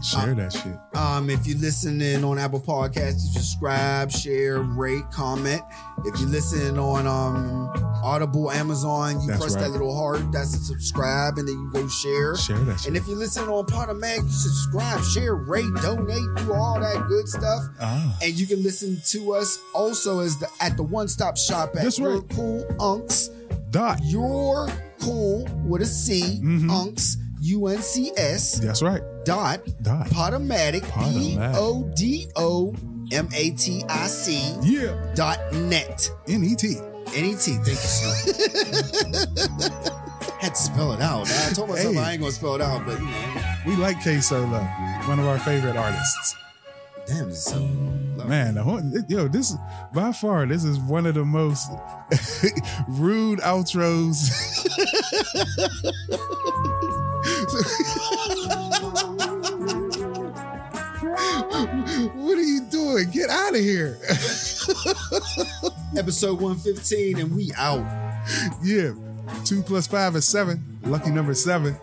[SPEAKER 2] Share that shit.
[SPEAKER 3] Um, if you're listening on Apple Podcasts, you subscribe, share, rate, comment. If you're listening on um Audible, Amazon, you
[SPEAKER 2] That's
[SPEAKER 3] press
[SPEAKER 2] right.
[SPEAKER 3] that little heart, that's a subscribe, and then you go share.
[SPEAKER 2] Share that shit.
[SPEAKER 3] And if you're listening on Podomatic, you subscribe, share, rate, donate, do all that good stuff.
[SPEAKER 2] Ah,
[SPEAKER 3] And you can listen to us also as the at the one stop shop at
[SPEAKER 2] That's right.
[SPEAKER 3] Your Cool Unks.
[SPEAKER 2] dot.
[SPEAKER 3] Your cool with a C,
[SPEAKER 2] Mhm.
[SPEAKER 3] unks, U-N-C-S
[SPEAKER 2] That's right.
[SPEAKER 3] dot
[SPEAKER 2] Dot.
[SPEAKER 3] Podomatic, P
[SPEAKER 2] Podomatic.
[SPEAKER 3] O D O M A T I C
[SPEAKER 2] Yeah.
[SPEAKER 3] dot net.
[SPEAKER 2] N E T.
[SPEAKER 3] N E T. Thank you, sir. [LAUGHS] Had to spell it out. I told myself
[SPEAKER 2] Hey.
[SPEAKER 3] I ain't gonna spell it out, but you know,
[SPEAKER 2] We like K Solo, one of our favorite artists.
[SPEAKER 3] damn, it's so low.
[SPEAKER 2] Man, the whole, yo, this is by far this is one of the most [LAUGHS] rude outros. [LAUGHS] what are you doing? Get out of here! [LAUGHS]
[SPEAKER 3] Episode 115, and we out.
[SPEAKER 2] yeah, two plus five is seven. Lucky number seven.